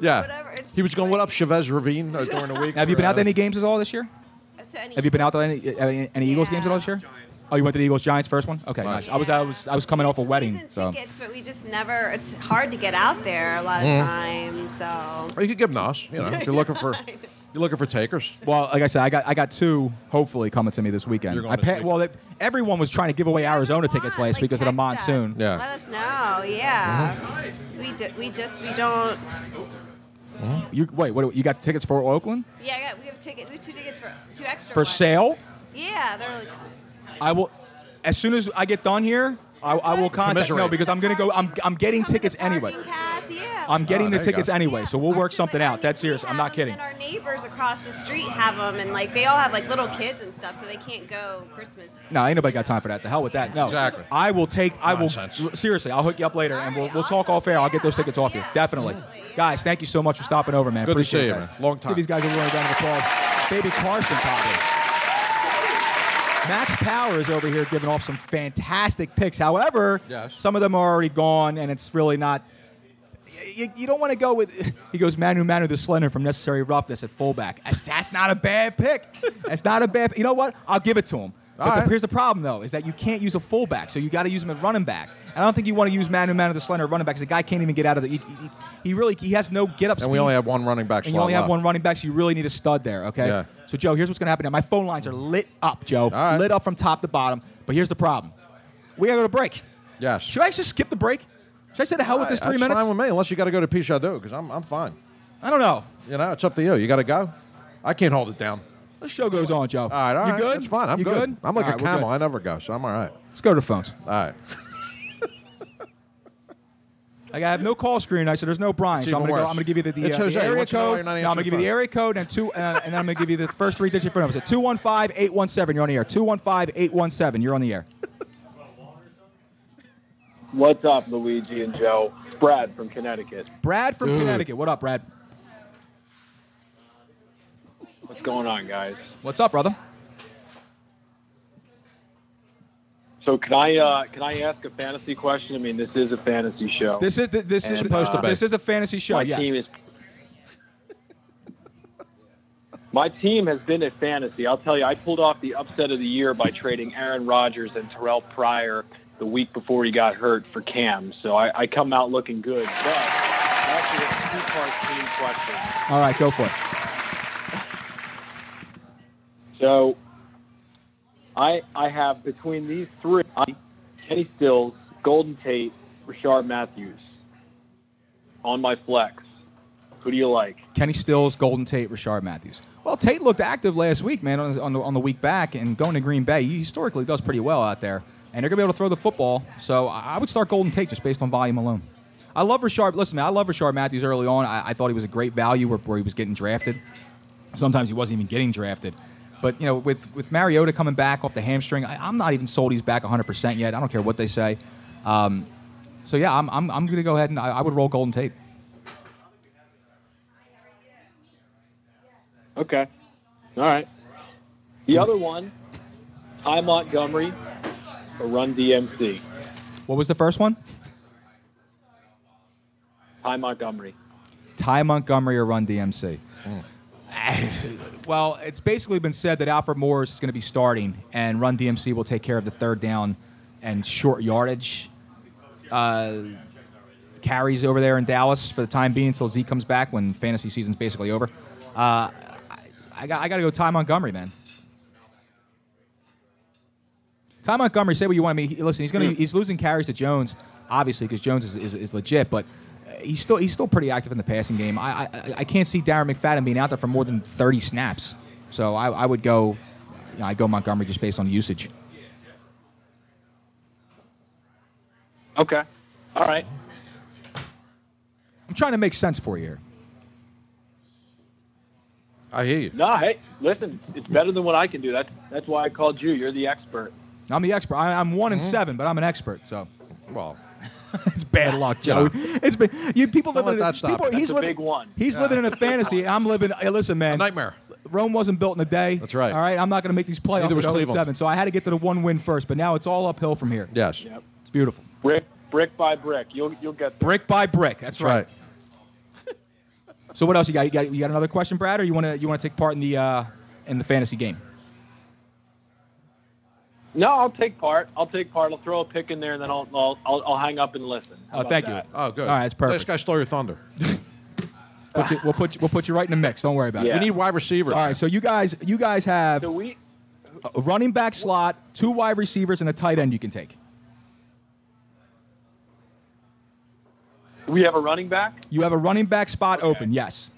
Speaker 12: Yeah. He was going, what up, Chavez Ravine uh, during the week?
Speaker 11: Have you
Speaker 12: or,
Speaker 11: been out
Speaker 12: uh,
Speaker 11: to any games at all this year? Have you been out to any, any, any Eagles games at all this year? Oh, you went to the Eagles Giants first one? Okay, nice. I was I was I was coming off a wedding, so
Speaker 13: Tickets, but we just never. It's hard to get out there a lot of
Speaker 12: Mhm.
Speaker 13: times. So.
Speaker 12: Or you could give him us. You know, if you're looking for you're looking for takers.
Speaker 11: well, like I said, I got I got two hopefully coming to me this weekend.
Speaker 12: You're going
Speaker 11: I
Speaker 12: this
Speaker 11: pa- well, they, everyone was trying to give away Arizona tickets last week because of the monsoon. Uh-huh.
Speaker 13: Let us know. Yeah. So we do, we just we don't.
Speaker 11: Uh-huh. You wait, what you got tickets for Oakland
Speaker 13: Yeah, I got, we have ticket. We have two tickets for two extra.
Speaker 11: for
Speaker 13: ones.
Speaker 11: sale?
Speaker 13: Yeah, they're like.
Speaker 11: I will as soon as I get done here, I, I will contact no
Speaker 12: Commiserate.
Speaker 11: because I'm going to go I'm I'm getting tickets anyway. I'm getting
Speaker 12: Oh,
Speaker 11: the
Speaker 12: there you
Speaker 11: tickets
Speaker 12: go.
Speaker 11: anyway, so we'll work something out. That's serious. I'm not kidding.
Speaker 13: And our neighbors across the street have them, and like they all have like little kids and stuff, so they can't go Christmas.
Speaker 11: No, ain't nobody got time for that. The hell with that. No. Exactly. I will take. I will seriously. I'll hook you up later, and we'll, we'll talk all fair. I'll get those tickets off you. Definitely. Guys, thank you so much for stopping over, man.
Speaker 12: Good to
Speaker 11: Appreciate
Speaker 12: see you,
Speaker 11: that.
Speaker 12: man. Long time.
Speaker 11: Give these guys a round of applause. Baby Carson, probably. Max Power is over here giving off some fantastic picks. However,
Speaker 12: Yes.
Speaker 11: some of them are already gone, and it's really not. You, you don't want to go with. He goes Manu Manu the Slender from Necessary Roughness at fullback. That's, that's not a bad pick. That's not a bad. You know what? I'll give it to him. But
Speaker 12: All
Speaker 11: the-
Speaker 12: right.
Speaker 11: here's the problem though: is that you can't use a fullback, so you got to use him at running back. And I don't think you want to use Manu Manu the Slender at running back because the guy can't even get out of the. He, he, he really he has no get up.
Speaker 12: And we only have one running back
Speaker 11: And you
Speaker 12: slot
Speaker 11: only have
Speaker 12: left.
Speaker 11: one running back, so you really need a stud there. Okay.
Speaker 12: Yeah.
Speaker 11: So Joe, here's what's gonna happen now. My phone lines are lit up, Joe. Lit up from top to bottom. But here's the problem: we gotta go to break.
Speaker 12: Yes.
Speaker 11: Should I just skip the break? Should I say the hell with this three
Speaker 12: That's
Speaker 11: minutes?
Speaker 12: fine with me, unless you got to go to Pichado, because I'm, I'm fine.
Speaker 11: I don't know.
Speaker 12: You know, it's up to you. You got to go. I can't hold it down.
Speaker 11: The show goes on, Joe. All
Speaker 12: right, all
Speaker 11: you
Speaker 12: right,
Speaker 11: good?
Speaker 12: That's fine. I'm
Speaker 11: You
Speaker 12: good. I'm like
Speaker 11: All
Speaker 12: a
Speaker 11: right, we're
Speaker 12: camel.
Speaker 11: good.
Speaker 12: I never go, so I'm all right.
Speaker 11: Let's go to phones.
Speaker 12: All right.
Speaker 11: Like I have no call screen. I said there's no Brian,
Speaker 12: It's
Speaker 11: so I'm
Speaker 12: even
Speaker 11: gonna, go,
Speaker 12: worse.
Speaker 11: I'm gonna give you the, the,
Speaker 12: It's
Speaker 11: uh, the
Speaker 12: Jose.
Speaker 11: area
Speaker 12: Once you know
Speaker 11: code.
Speaker 12: you're
Speaker 11: No,
Speaker 12: not
Speaker 11: I'm
Speaker 12: answering
Speaker 11: gonna give you
Speaker 12: the
Speaker 11: the
Speaker 12: phone.
Speaker 11: area code and two, uh, and then I'm gonna give you the first three digit phone numbers. Two one five eight one seven. You're on the air. Two one five eight one seven. You're on the air.
Speaker 7: What's up, Luigi and Joe? It's Brad from Connecticut.
Speaker 11: Brad from
Speaker 7: Dude.
Speaker 11: Connecticut. What up, Brad?
Speaker 7: What's going on, guys?
Speaker 11: What's up, brother?
Speaker 7: So can I uh, can I ask a fantasy question? I mean, this is a fantasy show.
Speaker 11: This is th- this is
Speaker 7: And,
Speaker 11: supposed
Speaker 7: uh,
Speaker 11: to be. This is a fantasy show.
Speaker 7: My
Speaker 11: yes.
Speaker 7: team is. My team has been at fantasy. I'll tell you, I pulled off the upset of the year by trading Aaron Rodgers and Terrell Pryor the week before he got hurt for Cam. So I, I come out looking good. But actually, it's a two-part team question.
Speaker 11: All right, go for it.
Speaker 7: So I I have between these three I- Kenny Stills, Golden Tate, Rashard Matthews on my flex. Who do you like?
Speaker 11: Kenny Stills, Golden Tate, Rashard Matthews. Well, Tate looked active last week, man, on, on, the, on the week back, and going to Green Bay, he historically does pretty well out there. And they're going to be able to throw the football, so I I would start Golden Tate just based on volume alone. I love Rashard. Listen, man, I love Rashard Matthews early on. I, I thought he was a great value where, where he was getting drafted. Sometimes he wasn't even getting drafted. But, you know, with, with Mariota coming back off the hamstring, I, I'm not even sold he's back 100% yet. I don't care what they say. Um, so, yeah, I'm, I'm, I'm going to go ahead and I, I would roll Golden Tate.
Speaker 7: Okay. All right. The other one, Ty Montgomery or Run DMC.
Speaker 11: What was the first one?
Speaker 7: Ty Montgomery.
Speaker 11: Ty Montgomery or Run DMC? well, it's basically been said that Alfred Morris is going to be starting, and Run DMC will take care of the third down and short yardage uh, carries over there in Dallas for the time being until Zeke comes back when fantasy season's basically over. Uh, I, I got, I got to go Ty Montgomery, man. Ty Montgomery, say what you want. I mean, he, listen, he's gonna he's losing carries to Jones, obviously, because Jones is, is, is legit, but uh, he's still he's still pretty active in the passing game. I I- I, I can't see Darren McFadden being out there for more than thirty snaps, so I, I would go, you know, I go Montgomery just based on usage.
Speaker 7: Okay. All right.
Speaker 11: I'm trying to make sense for you. here.
Speaker 12: I hear you.
Speaker 7: No, hey, listen, it's better than what I can do. That's that's why I called you. You're the expert.
Speaker 11: I'm the expert. I, I'm
Speaker 7: Mm-hmm.
Speaker 11: one in seven, but I'm an expert. So,
Speaker 12: well,
Speaker 11: it's bad luck, Joe. It's been you people
Speaker 12: Don't
Speaker 11: living.
Speaker 12: let
Speaker 11: in-
Speaker 12: that stop
Speaker 11: people-
Speaker 12: you.
Speaker 11: he's
Speaker 12: That's a
Speaker 11: living,
Speaker 12: big one.
Speaker 11: He's
Speaker 12: Yeah.
Speaker 11: living in a fantasy. and I'm living. Hey, listen, man,
Speaker 12: nightmare.
Speaker 11: Rome wasn't built in a day. That's right. All right, I'm not going to make these playoffs.
Speaker 12: Neither was
Speaker 11: with 0 and
Speaker 12: Cleveland.
Speaker 11: Seven, so I had to get to the one win first, but now it's all uphill from here.
Speaker 12: Yes.
Speaker 7: Yep.
Speaker 11: It's beautiful.
Speaker 7: Brick brick by brick. You'll you'll get there.
Speaker 11: Brick by brick. That's, right. so what else you got? You got you got another question, Brad, or you want to you want to take part in the uh, in the fantasy game?
Speaker 7: No, I'll take part. I'll take part. I'll throw a pick in there, and then I'll I'll, I'll, I'll hang up and listen. How about that?
Speaker 12: Oh, good.
Speaker 11: Uh, All right, it's perfect.
Speaker 12: This guy stole your thunder.
Speaker 11: Put you, we'll put you, we'll put you right in the mix. Don't worry about
Speaker 12: Yeah.
Speaker 11: it.
Speaker 12: We need wide receivers.
Speaker 11: All right, so you guys you guys have
Speaker 7: we,
Speaker 11: a running back slot, two wide receivers, and a tight end you can take.
Speaker 7: We have a running back.
Speaker 11: You have a running back spot open, yes.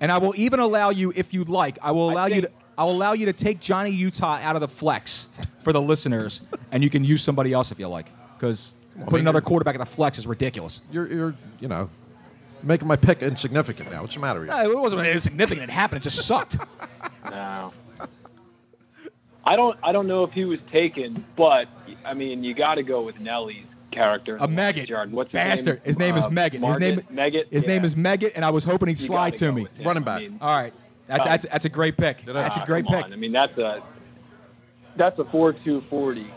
Speaker 11: And I will even allow you, if you'd like, I will allow you to I will allow you to take Johnny Utah out of the flex for the listeners, and you can use somebody else if you like. Because
Speaker 12: on,
Speaker 11: put
Speaker 12: man.
Speaker 11: another quarterback at the flex is ridiculous.
Speaker 12: You're, you're, you know, making my pick insignificant now. What's the matter with you?
Speaker 11: No, it wasn't really significant. It happened. It just sucked.
Speaker 7: No. I don't I don't know if he was taken, but I mean you got to go with Nelly's character.
Speaker 11: A maggot.
Speaker 7: Jared, what's his
Speaker 11: Bastard.
Speaker 7: name?
Speaker 11: His name is
Speaker 7: Uh,
Speaker 11: Megan. His
Speaker 7: Margot-
Speaker 11: name,
Speaker 7: Meggett?
Speaker 11: His name
Speaker 7: Yeah.
Speaker 11: is Meggett, and I was hoping he'd
Speaker 7: You
Speaker 11: slide
Speaker 7: gotta
Speaker 11: to
Speaker 7: go
Speaker 11: me.
Speaker 7: with him. Running I back. mean-
Speaker 11: All right. That's,
Speaker 7: Uh,
Speaker 11: that's, that's a great pick. That's a
Speaker 7: Ah,
Speaker 11: great
Speaker 7: come
Speaker 11: pick.
Speaker 7: on. I mean that's a that's a four two forty.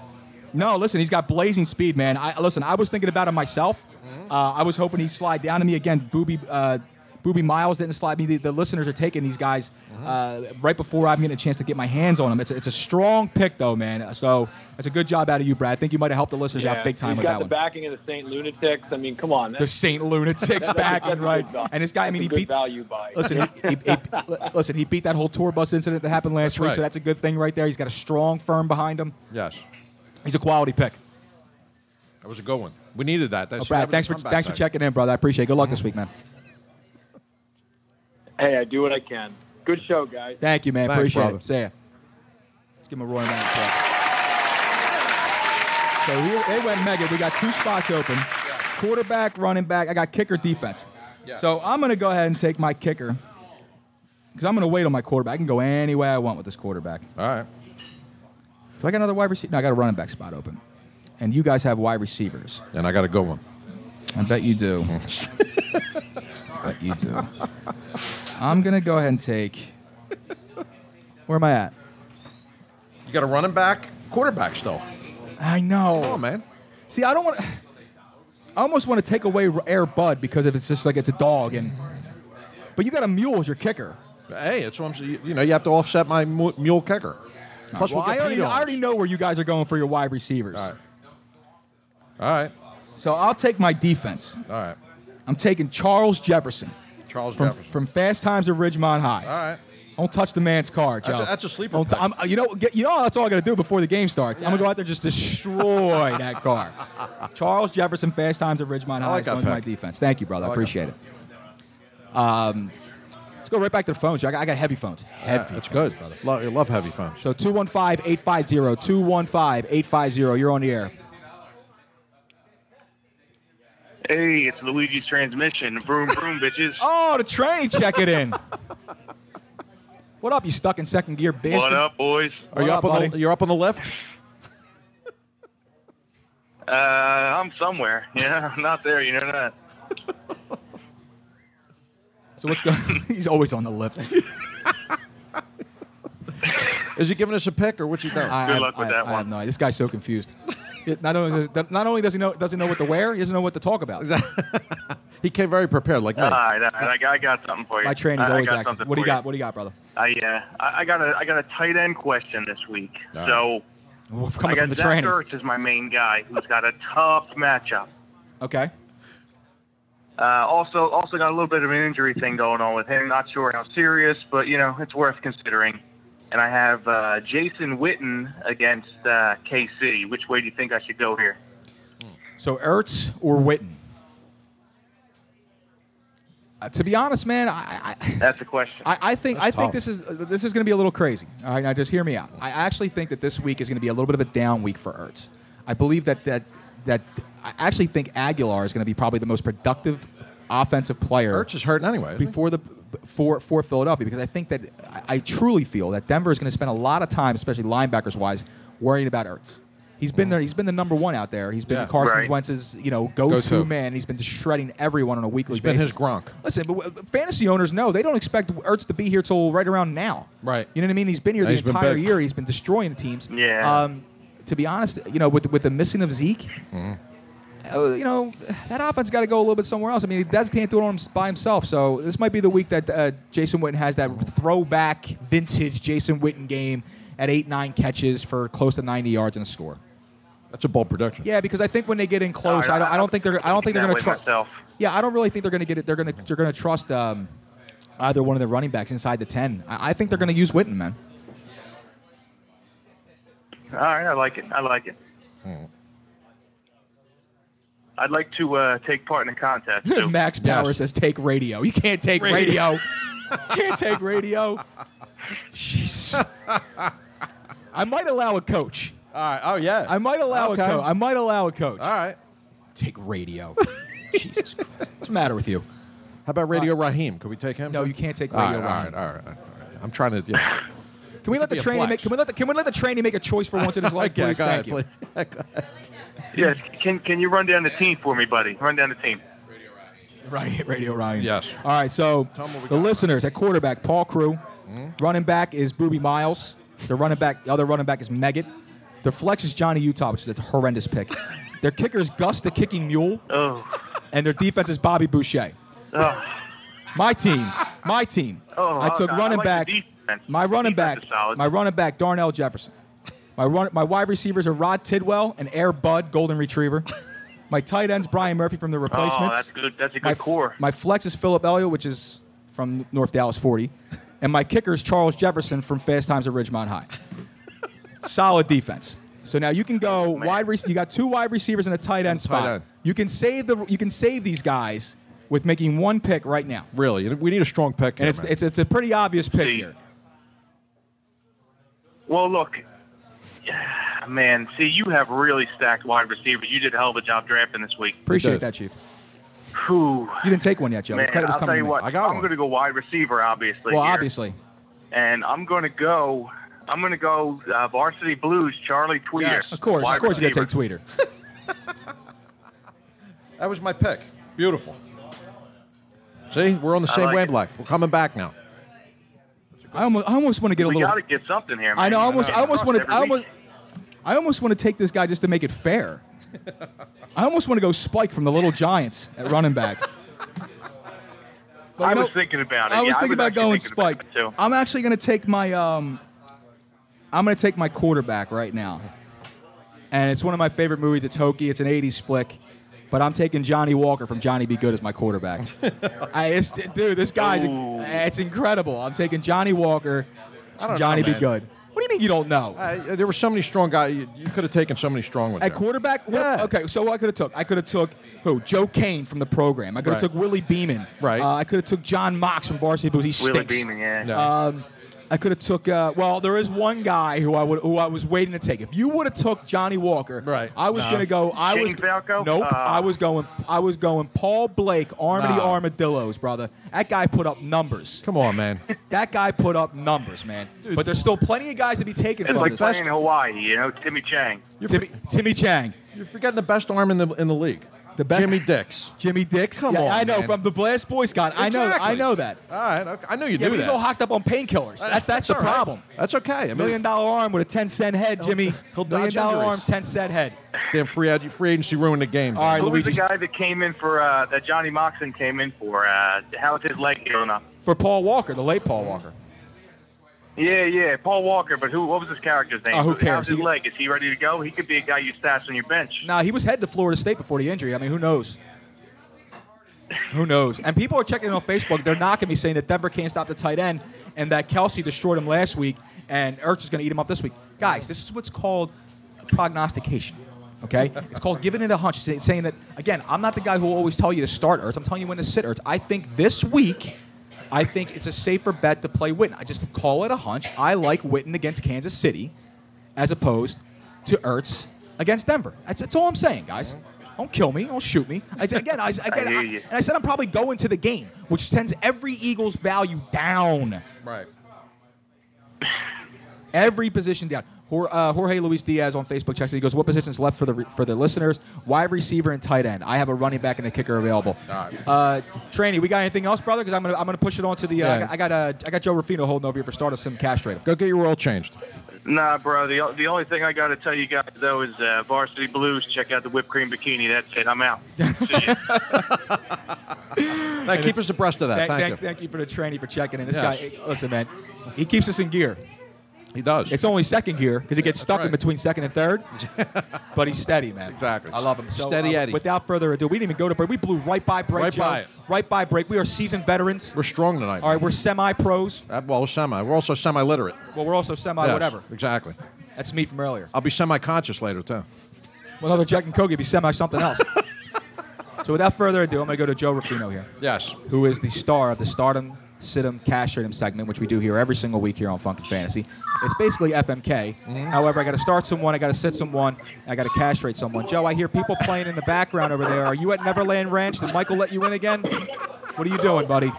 Speaker 11: No, listen, he's got blazing speed, man. I listen. I was thinking about it myself.
Speaker 12: Mm-hmm.
Speaker 11: Uh, I was hoping he'd slide down to me again. Booby, uh, Booby Miles didn't slide me. The, the listeners are taking these guys uh,
Speaker 12: Mm-hmm.
Speaker 11: right before I'm getting a chance to get my hands on them. It's a, it's a strong pick, though, man. So it's a good job out of you, Brad. I think you might have helped the listeners out big time
Speaker 7: He's
Speaker 11: with
Speaker 7: got
Speaker 11: that
Speaker 7: the
Speaker 11: one.
Speaker 7: backing of the Saint Lunatics. I mean, come on.
Speaker 11: The Saint Lunatics
Speaker 7: That's a-
Speaker 11: back
Speaker 7: that's
Speaker 11: and
Speaker 7: a
Speaker 11: right.
Speaker 7: good value.
Speaker 11: And this guy, I mean,
Speaker 7: That's
Speaker 11: he
Speaker 7: a good
Speaker 11: beat.
Speaker 7: value buy.
Speaker 11: Listen, he, he, he, li- listen, he beat that whole tour bus incident that happened last
Speaker 12: That's
Speaker 11: week.
Speaker 12: right.
Speaker 11: So that's a good thing right there. He's got a strong firm behind him.
Speaker 12: Yes.
Speaker 11: He's a quality pick.
Speaker 12: That was a good one. We needed that. That's
Speaker 11: Oh, Brad, thanks for thanks for checking in, brother. I appreciate it. Good luck this week, man.
Speaker 7: Hey, I do what I can. Good show, guys.
Speaker 11: Thank you, man.
Speaker 12: Thanks,
Speaker 11: Appreciate
Speaker 12: brother.
Speaker 11: it. See ya. Let's give him a roaring round of applause. So here, they went mega. We got two spots open. Quarterback, running back. I got kicker, defense.
Speaker 15: Yeah.
Speaker 11: So I'm going to go ahead and take my kicker because I'm going to wait on my quarterback. I can go any way I want with this quarterback. All right. Do I got another wide receiver? No, I got a running back spot open. And you guys have wide receivers.
Speaker 12: And I got a good one.
Speaker 11: I bet you do. bet you do. I'm going to go ahead and take. Where am I at?
Speaker 12: You got a running back, quarterback still.
Speaker 11: I know.
Speaker 12: Come on, man.
Speaker 11: See, I don't want to. I almost want to take away Air Bud because if it's just like it's a dog and. But you got a mule as your kicker.
Speaker 12: Hey, that's what I'm saying. You know, you have to offset my mu- mule kicker. Plus,
Speaker 11: Well,
Speaker 12: we'll
Speaker 11: I,
Speaker 12: get
Speaker 11: already,
Speaker 12: peed on.
Speaker 11: I already know where you guys are going for your wide receivers. All right. All right. So I'll take my defense. All right. I'm taking Charles Jefferson.
Speaker 12: Charles
Speaker 11: from,
Speaker 12: Jefferson.
Speaker 11: From Fast Times at Ridgemont High.
Speaker 12: All right.
Speaker 11: Don't touch the man's car, Joe.
Speaker 12: That's a- that's a sleeper
Speaker 11: Don't t-
Speaker 12: pick.
Speaker 11: I'm- uh, you know, get- you know, that's all I got to do before the game starts. I'm gonna go out there and just destroy that car. Charles Jefferson, Fast Times at
Speaker 12: I
Speaker 11: Ridgemont High.
Speaker 12: like
Speaker 11: is
Speaker 12: that
Speaker 11: going to my
Speaker 12: pick.
Speaker 11: defense. Thank you, brother.
Speaker 12: I
Speaker 11: I,
Speaker 12: like that
Speaker 11: appreciate it. Um, let's go right back to the phones. Joe. I got, I got heavy phones. Heavy.
Speaker 12: that's good, brother. Love, you love heavy phones.
Speaker 11: So 215 850 215 850. You're on the air.
Speaker 16: Hey, it's Luigi's transmission. Broom, broom, bitches.
Speaker 11: Oh, the train check it in. what up? You stuck in second gear, bastard?
Speaker 16: What up, boys?
Speaker 12: Are you
Speaker 11: What
Speaker 12: up,
Speaker 11: up,
Speaker 12: on the,
Speaker 11: buddy?
Speaker 12: you're up on the left?
Speaker 16: Uh, I'm somewhere. Yeah, I'm not there. You know that.
Speaker 11: So what's going? He's always on the lift.
Speaker 12: Is he giving us a pick or what's he doing?
Speaker 11: I- I- I- I have no idea. This guy's so confused. It- not only does, not only does he know doesn't know what to wear, he doesn't know what to talk about.
Speaker 12: he came very prepared, like me.
Speaker 11: Uh,
Speaker 16: All right, all right. I got, I got something for you.
Speaker 11: My train is
Speaker 16: I- I
Speaker 11: always
Speaker 16: got
Speaker 11: active.
Speaker 16: something
Speaker 11: What do you
Speaker 16: for
Speaker 11: got? What do you got, brother?
Speaker 16: I, uh, I, I got a I got a tight end question this week.
Speaker 11: All
Speaker 16: So
Speaker 11: We're
Speaker 16: I
Speaker 11: coming
Speaker 16: got
Speaker 11: from the
Speaker 16: Zach
Speaker 11: train.
Speaker 16: Ertz is my main guy, who's got a tough matchup.
Speaker 11: Okay.
Speaker 16: Uh, also, also got a little bit of an injury thing going on with him. Not sure how serious, but you know it's worth considering. And I have uh, Jason Witten against uh, KC. Which way do you think I should go here?
Speaker 11: So Ertz or Witten? Uh, to be honest, man, I I,
Speaker 16: That's the question.
Speaker 11: I, I think I
Speaker 16: That's
Speaker 11: think
Speaker 16: tough.
Speaker 11: this is uh, this is going to be a little crazy. All right, now just hear me out. I actually think that this week is going to be a little bit of a down week for Ertz. I believe that that that I actually think Aguilar is going to be probably the most productive offensive player.
Speaker 12: Ertz is hurting anyway. isn't he?
Speaker 11: before the for for Philadelphia because I think that I, I truly feel that Denver is going to spend a lot of time, especially linebackers wise, worrying about Ertz. He's been there. He's been the number one out there. He's been
Speaker 12: Mm. Yeah.
Speaker 11: Carson
Speaker 12: Right.
Speaker 11: Wentz's you know go-to,
Speaker 12: Go-to.
Speaker 11: man. He's been just shredding everyone on a weekly
Speaker 12: He's been
Speaker 11: basis.
Speaker 12: his Gronk.
Speaker 11: Listen, but w- fantasy owners know they don't expect Ertz to be here till right around now.
Speaker 12: Right.
Speaker 11: You know what I mean? He's been here
Speaker 12: Yeah,
Speaker 11: the
Speaker 12: he's been
Speaker 11: entire
Speaker 12: big.
Speaker 11: year. He's been destroying teams.
Speaker 12: Yeah.
Speaker 11: Um, to be honest, you know, with with the missing of Zeke,
Speaker 12: Mm-hmm.
Speaker 11: uh, you know, that offense got to go a little bit somewhere else. I mean, Dez can't do it on him, by himself. So this might be the week that uh, Jason Witten has that throwback vintage Jason Witten game at eight nine catches for close to ninety yards and a score.
Speaker 12: That's a bold production.
Speaker 11: Yeah, because I think when they get in close,
Speaker 12: No, I-
Speaker 11: I, don't,
Speaker 12: I
Speaker 11: I don't think they're I don't think they're
Speaker 12: that
Speaker 11: going to
Speaker 12: way
Speaker 11: trust. Yeah, I don't really think they're going to get it. They're going to they're going to trust um, either one of their running backs inside the ten. I, I think they're going to use Witten, man.
Speaker 16: All right, I like it. I like it.
Speaker 11: Hmm.
Speaker 16: I'd like to uh, take part in a contest. too.
Speaker 11: Max Power says take radio. You can't take radio. can't take radio. Jesus. I might allow a coach.
Speaker 12: All right. Oh yeah.
Speaker 11: I might allow
Speaker 12: Okay.
Speaker 11: a coach. I might allow a coach. All
Speaker 12: right.
Speaker 11: Take radio. Jesus Christ. What's the matter with you?
Speaker 12: How about Radio Raheem? Could we take him? No, you
Speaker 11: can't take
Speaker 12: all
Speaker 11: Radio
Speaker 12: right,
Speaker 11: Raheem.
Speaker 12: All right, all right, all right. I'm trying to. Yeah.
Speaker 11: Can we
Speaker 12: could
Speaker 11: let the
Speaker 12: be a
Speaker 11: trainee
Speaker 12: flex.
Speaker 11: make? Can we let the Can we let the trainee make a choice for once in his life,
Speaker 12: Okay,
Speaker 11: please?
Speaker 12: go
Speaker 11: Thank
Speaker 12: ahead,
Speaker 11: you.
Speaker 16: Yes. Can Can you run down the team for me, buddy? Run down the team.
Speaker 11: Right, Radio Ryan.
Speaker 12: Yes.
Speaker 11: All right, so
Speaker 16: Tell 'em what we Hmm?
Speaker 11: the listeners at quarterback, Paul Crew. Running back is Booby Miles. The running back, the other running back is Meggett. Their flex is Johnny Utah, which is a horrendous pick. their kicker is Gus the kicking mule.
Speaker 16: Oh.
Speaker 11: And their defense is Bobby Boucher.
Speaker 16: Oh.
Speaker 11: My team. My team.
Speaker 16: Oh,
Speaker 11: I took
Speaker 16: I- I
Speaker 11: running
Speaker 16: like the
Speaker 11: back.
Speaker 16: defense.
Speaker 11: My running back. My running back, Darnell Jefferson. My run, my wide receivers are Rod Tidwell and Air Bud, Golden Retriever. My tight ends, Brian Murphy from the replacements.
Speaker 16: Oh, that's good- that's a
Speaker 11: my,
Speaker 16: good core.
Speaker 11: My flex is Philip Elliott, which is from North Dallas 40. And my kicker is Charles Jefferson from Fast Times at Ridgemont High. Solid defense. So now you can go wide. Re- you got two wide receivers and a tight end spot.
Speaker 12: end.
Speaker 11: You can save the. You can save these guys with making one pick right now.
Speaker 12: Really, we need a strong pick.
Speaker 11: And it's, it's, it's a pretty obvious pick here.
Speaker 16: Well, look, man. See, you have really stacked wide receivers. You did a hell of a job drafting this week.
Speaker 11: Appreciate that, Chief.
Speaker 16: Whew.
Speaker 11: You didn't take one yet, Joe.
Speaker 16: Man,
Speaker 11: Credit was
Speaker 16: I'll
Speaker 11: coming
Speaker 16: tell
Speaker 11: to
Speaker 16: you
Speaker 11: me.
Speaker 16: what.
Speaker 11: I got
Speaker 16: I'm
Speaker 11: one.
Speaker 16: going to go wide receiver, obviously.
Speaker 11: Well,
Speaker 16: here.
Speaker 11: obviously.
Speaker 16: And I'm going to go. I'm going to go uh, varsity blues. Charlie Tweeter.
Speaker 11: Of course,
Speaker 16: Wide
Speaker 11: of course, you
Speaker 16: receiver.
Speaker 11: got to take Tweeter.
Speaker 12: That was my pick. Beautiful. See, we're on the
Speaker 11: I
Speaker 12: same
Speaker 11: like it.
Speaker 12: wavelength. We're coming back now.
Speaker 11: I almost, I almost want to get a
Speaker 16: We
Speaker 11: little.
Speaker 16: got to get something here. Man.
Speaker 11: I know. I almost,
Speaker 16: We're
Speaker 11: I almost
Speaker 16: getting
Speaker 11: want to,
Speaker 16: crushed
Speaker 11: I
Speaker 16: every
Speaker 11: almost, I almost want to take this guy just to make it fair. I almost want to go Spike from the Little Giants at running back.
Speaker 16: week.
Speaker 11: But you
Speaker 16: I was
Speaker 11: know-
Speaker 16: thinking about it.
Speaker 11: I was
Speaker 16: Yeah,
Speaker 11: thinking about
Speaker 16: actually
Speaker 11: going
Speaker 16: thinking
Speaker 11: Spike.
Speaker 16: about it, too.
Speaker 11: I'm actually going to take my um, I'm going to take my quarterback right now, and it's one of my favorite movies. It's hokey. It's an '80s flick, but I'm taking Johnny Walker from Johnny Be Good as my quarterback. I, it's, dude, this guy's it's incredible. I'm taking Johnny Walker,
Speaker 12: I don't know,
Speaker 11: Johnny Be
Speaker 12: man.
Speaker 11: Good. What do you mean you don't know?
Speaker 12: Uh, there were so many strong guys. You, you could have taken so many strong ones.
Speaker 11: At
Speaker 12: there.
Speaker 11: quarterback, what- okay. So what I could have took, I could have took who? Joe Kane from the program. I could have
Speaker 12: Right.
Speaker 11: took Willie Beeman. Right. Uh, I could have took John Mox from Varsity Blues. He
Speaker 16: Willie
Speaker 11: stinks.
Speaker 16: Beeman, yeah. Yeah.
Speaker 12: Uh,
Speaker 11: Um, I could have took. Uh, well, there is one guy who I would, who I was waiting to take. If you would have took Johnny Walker, right? I was
Speaker 16: No.
Speaker 11: gonna go. I
Speaker 16: Shane
Speaker 11: was
Speaker 16: Falco?
Speaker 11: Nope.
Speaker 16: Uh.
Speaker 11: I was going. I was going. Paul Blake, Armity
Speaker 12: No.
Speaker 11: Armadillos, brother. That guy put up numbers.
Speaker 12: Come on, man.
Speaker 11: that guy put up numbers, man. But there's still plenty of guys to be taken
Speaker 16: It's
Speaker 11: from
Speaker 16: like
Speaker 11: this.
Speaker 16: playing Hawaii, you know, Timmy Chang.
Speaker 11: Timmy, Timmy Chang.
Speaker 12: You're forgetting the best arm in the in the league.
Speaker 11: The best
Speaker 12: Jimmy Dix.
Speaker 11: Jimmy Dix.
Speaker 12: Come
Speaker 11: Yeah,
Speaker 12: on,
Speaker 11: I know
Speaker 12: man.
Speaker 11: from the Blast Boy Scout. I know. I
Speaker 12: Exactly.
Speaker 11: know that.
Speaker 12: All right, okay. I know you
Speaker 11: yeah,
Speaker 12: do
Speaker 11: but he's
Speaker 12: that.
Speaker 11: all hocked up on painkillers. That's that's, the
Speaker 12: all right.
Speaker 11: problem.
Speaker 12: That's okay. I mean,
Speaker 11: Million dollar arm with a ten cent head, Jimmy.
Speaker 12: he'll
Speaker 11: Million
Speaker 12: dodge
Speaker 11: dollar arm,
Speaker 12: injuries.
Speaker 11: ten cent head.
Speaker 12: damn free ad- free agency ruined the game.
Speaker 11: All right,
Speaker 16: Who was the
Speaker 11: Luigi's-
Speaker 16: guy that came in for uh, that Johnny Moxon came in for? Uh, how's his leg healing up?
Speaker 11: For Paul Walker, the late Paul Walker.
Speaker 16: Yeah, yeah, Paul Walker. But who? What was his character's name?
Speaker 11: Oh, who cares?
Speaker 16: How's his
Speaker 11: He-
Speaker 16: leg? Is he ready to go? He could be a guy you stash on your bench.
Speaker 11: Nah, he was head to Florida State before the injury. I mean, who knows? Who knows? And people are checking on Facebook. They're knocking me saying that Denver can't stop the tight end and that Kelsey destroyed him last week and Ertz is going to eat him up this week. Guys, this is what's called prognostication. Okay? It's called giving it a hunch. It's saying that, again, I'm not the guy who will always tell you to start Ertz. I'm telling you when to sit Ertz. I think this week, I think it's a safer bet to play Witten. I just call it a hunch. I like Witten against Kansas City as opposed to Ertz against Denver. That's, that's all I'm saying, guys. Don't kill me. Don't shoot me. I, again, I, again,
Speaker 16: hear
Speaker 11: I-
Speaker 16: you.
Speaker 11: and I said I'm probably going to the game, which sends every Eagles value down,
Speaker 12: Right.
Speaker 11: every position down. Jor- uh, Jorge Luis Diaz on Facebook checks. in. He goes, "What positions left for the re- for the listeners? Wide receiver and tight end. I have a running back and a kicker available." Uh, Tranny, we got anything else, brother? Because I'm gonna I'm gonna push it on to the. Uh,
Speaker 12: Yeah.
Speaker 11: I got I got, uh, I got Joe Rufino holding over here for startup sim cash trade.
Speaker 12: Go get your oil changed.
Speaker 16: Nah, bro. The the only thing I got to tell you guys though is uh, Varsity Blues. Check out the whipped cream bikini. That's it. I'm out.
Speaker 12: Now, keep us abreast of that.
Speaker 11: Thank,
Speaker 12: Thank,
Speaker 11: thank,
Speaker 12: you.
Speaker 11: thank you for the tranny for checking in. This
Speaker 12: Yes.
Speaker 11: guy, listen, man, he keeps us in gear.
Speaker 12: He does.
Speaker 11: It's only second gear because he gets stuck in
Speaker 12: right.
Speaker 11: between second and third, but he's steady, man.
Speaker 12: Exactly.
Speaker 11: I love him. So,
Speaker 12: Steady
Speaker 11: uh,
Speaker 12: Eddie.
Speaker 11: Without further ado, we didn't even go to break. We blew right by break.
Speaker 12: Right
Speaker 11: Joe.
Speaker 12: by it.
Speaker 11: Right by break. We are seasoned veterans.
Speaker 12: We're strong tonight.
Speaker 11: All right, we're semi pros.
Speaker 12: Uh, well, we're semi. We're also semi literate.
Speaker 11: Well, we're also semi whatever.
Speaker 12: Exactly.
Speaker 11: That's me from earlier.
Speaker 12: I'll be semi conscious later, too.
Speaker 11: Well, another Jack and Kogi be semi something else. so without further ado, I'm going to go to Joe Rufino here.
Speaker 12: Yes.
Speaker 11: who is the star of the Stardom, Situm, Cash Ratum segment, which we do here every single week here on Funk and Fantasy. It's basically FMK.
Speaker 12: Mm-hmm.
Speaker 11: However, I got to start someone, I got to sit someone, I got to cash rate someone. Joe, I hear people playing in the background over there. Are you at Neverland Ranch? Did Michael let you in again? What are you doing, buddy?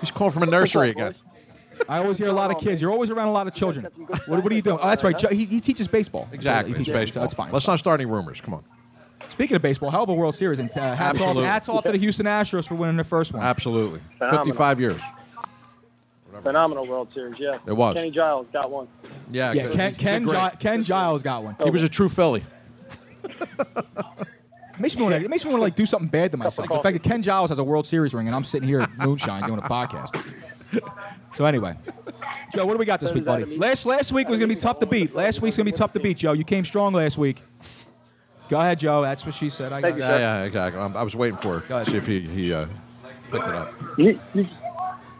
Speaker 12: He's calling from a nursery again.
Speaker 11: I always hear a lot of kids. You're always around a lot of children. What, what are you doing? Oh, that's right. Joe, he, he teaches baseball. That's right,
Speaker 12: Exactly.
Speaker 11: He
Speaker 12: It's
Speaker 11: teaches
Speaker 12: baseball.
Speaker 11: baseball. That's fine.
Speaker 12: Let's not start any rumors. Come on.
Speaker 11: Speaking of baseball, hell of a World Series. And uh, hats, off,
Speaker 12: Absolutely.
Speaker 11: hats off to the Houston Astros for winning their first one.
Speaker 12: Absolutely.
Speaker 7: Phenomenal.
Speaker 12: 55 years.
Speaker 7: Phenomenal World Series, yeah.
Speaker 12: It was.
Speaker 7: Kenny Giles got one.
Speaker 12: Yeah.
Speaker 11: Yeah,
Speaker 12: good.
Speaker 11: Ken, Ken,
Speaker 12: Good
Speaker 11: Gi-
Speaker 12: grade.
Speaker 11: Ken Giles got one.
Speaker 12: He was a true Philly.
Speaker 11: It makes me want to. It makes me want to like do something bad to myself. The fact that Ken Giles has a World Series ring and I'm sitting here at moonshine doing a podcast. So anyway, Joe, what do we got this week, buddy? Last last week was gonna be tough to beat. Last week's gonna be tough to beat, Joe. You came strong last week. Go ahead, Joe. That's what she said. I got
Speaker 12: yeah, yeah, exactly. I'm, I was waiting for it. See if he, he uh, picked it up.
Speaker 7: You, you,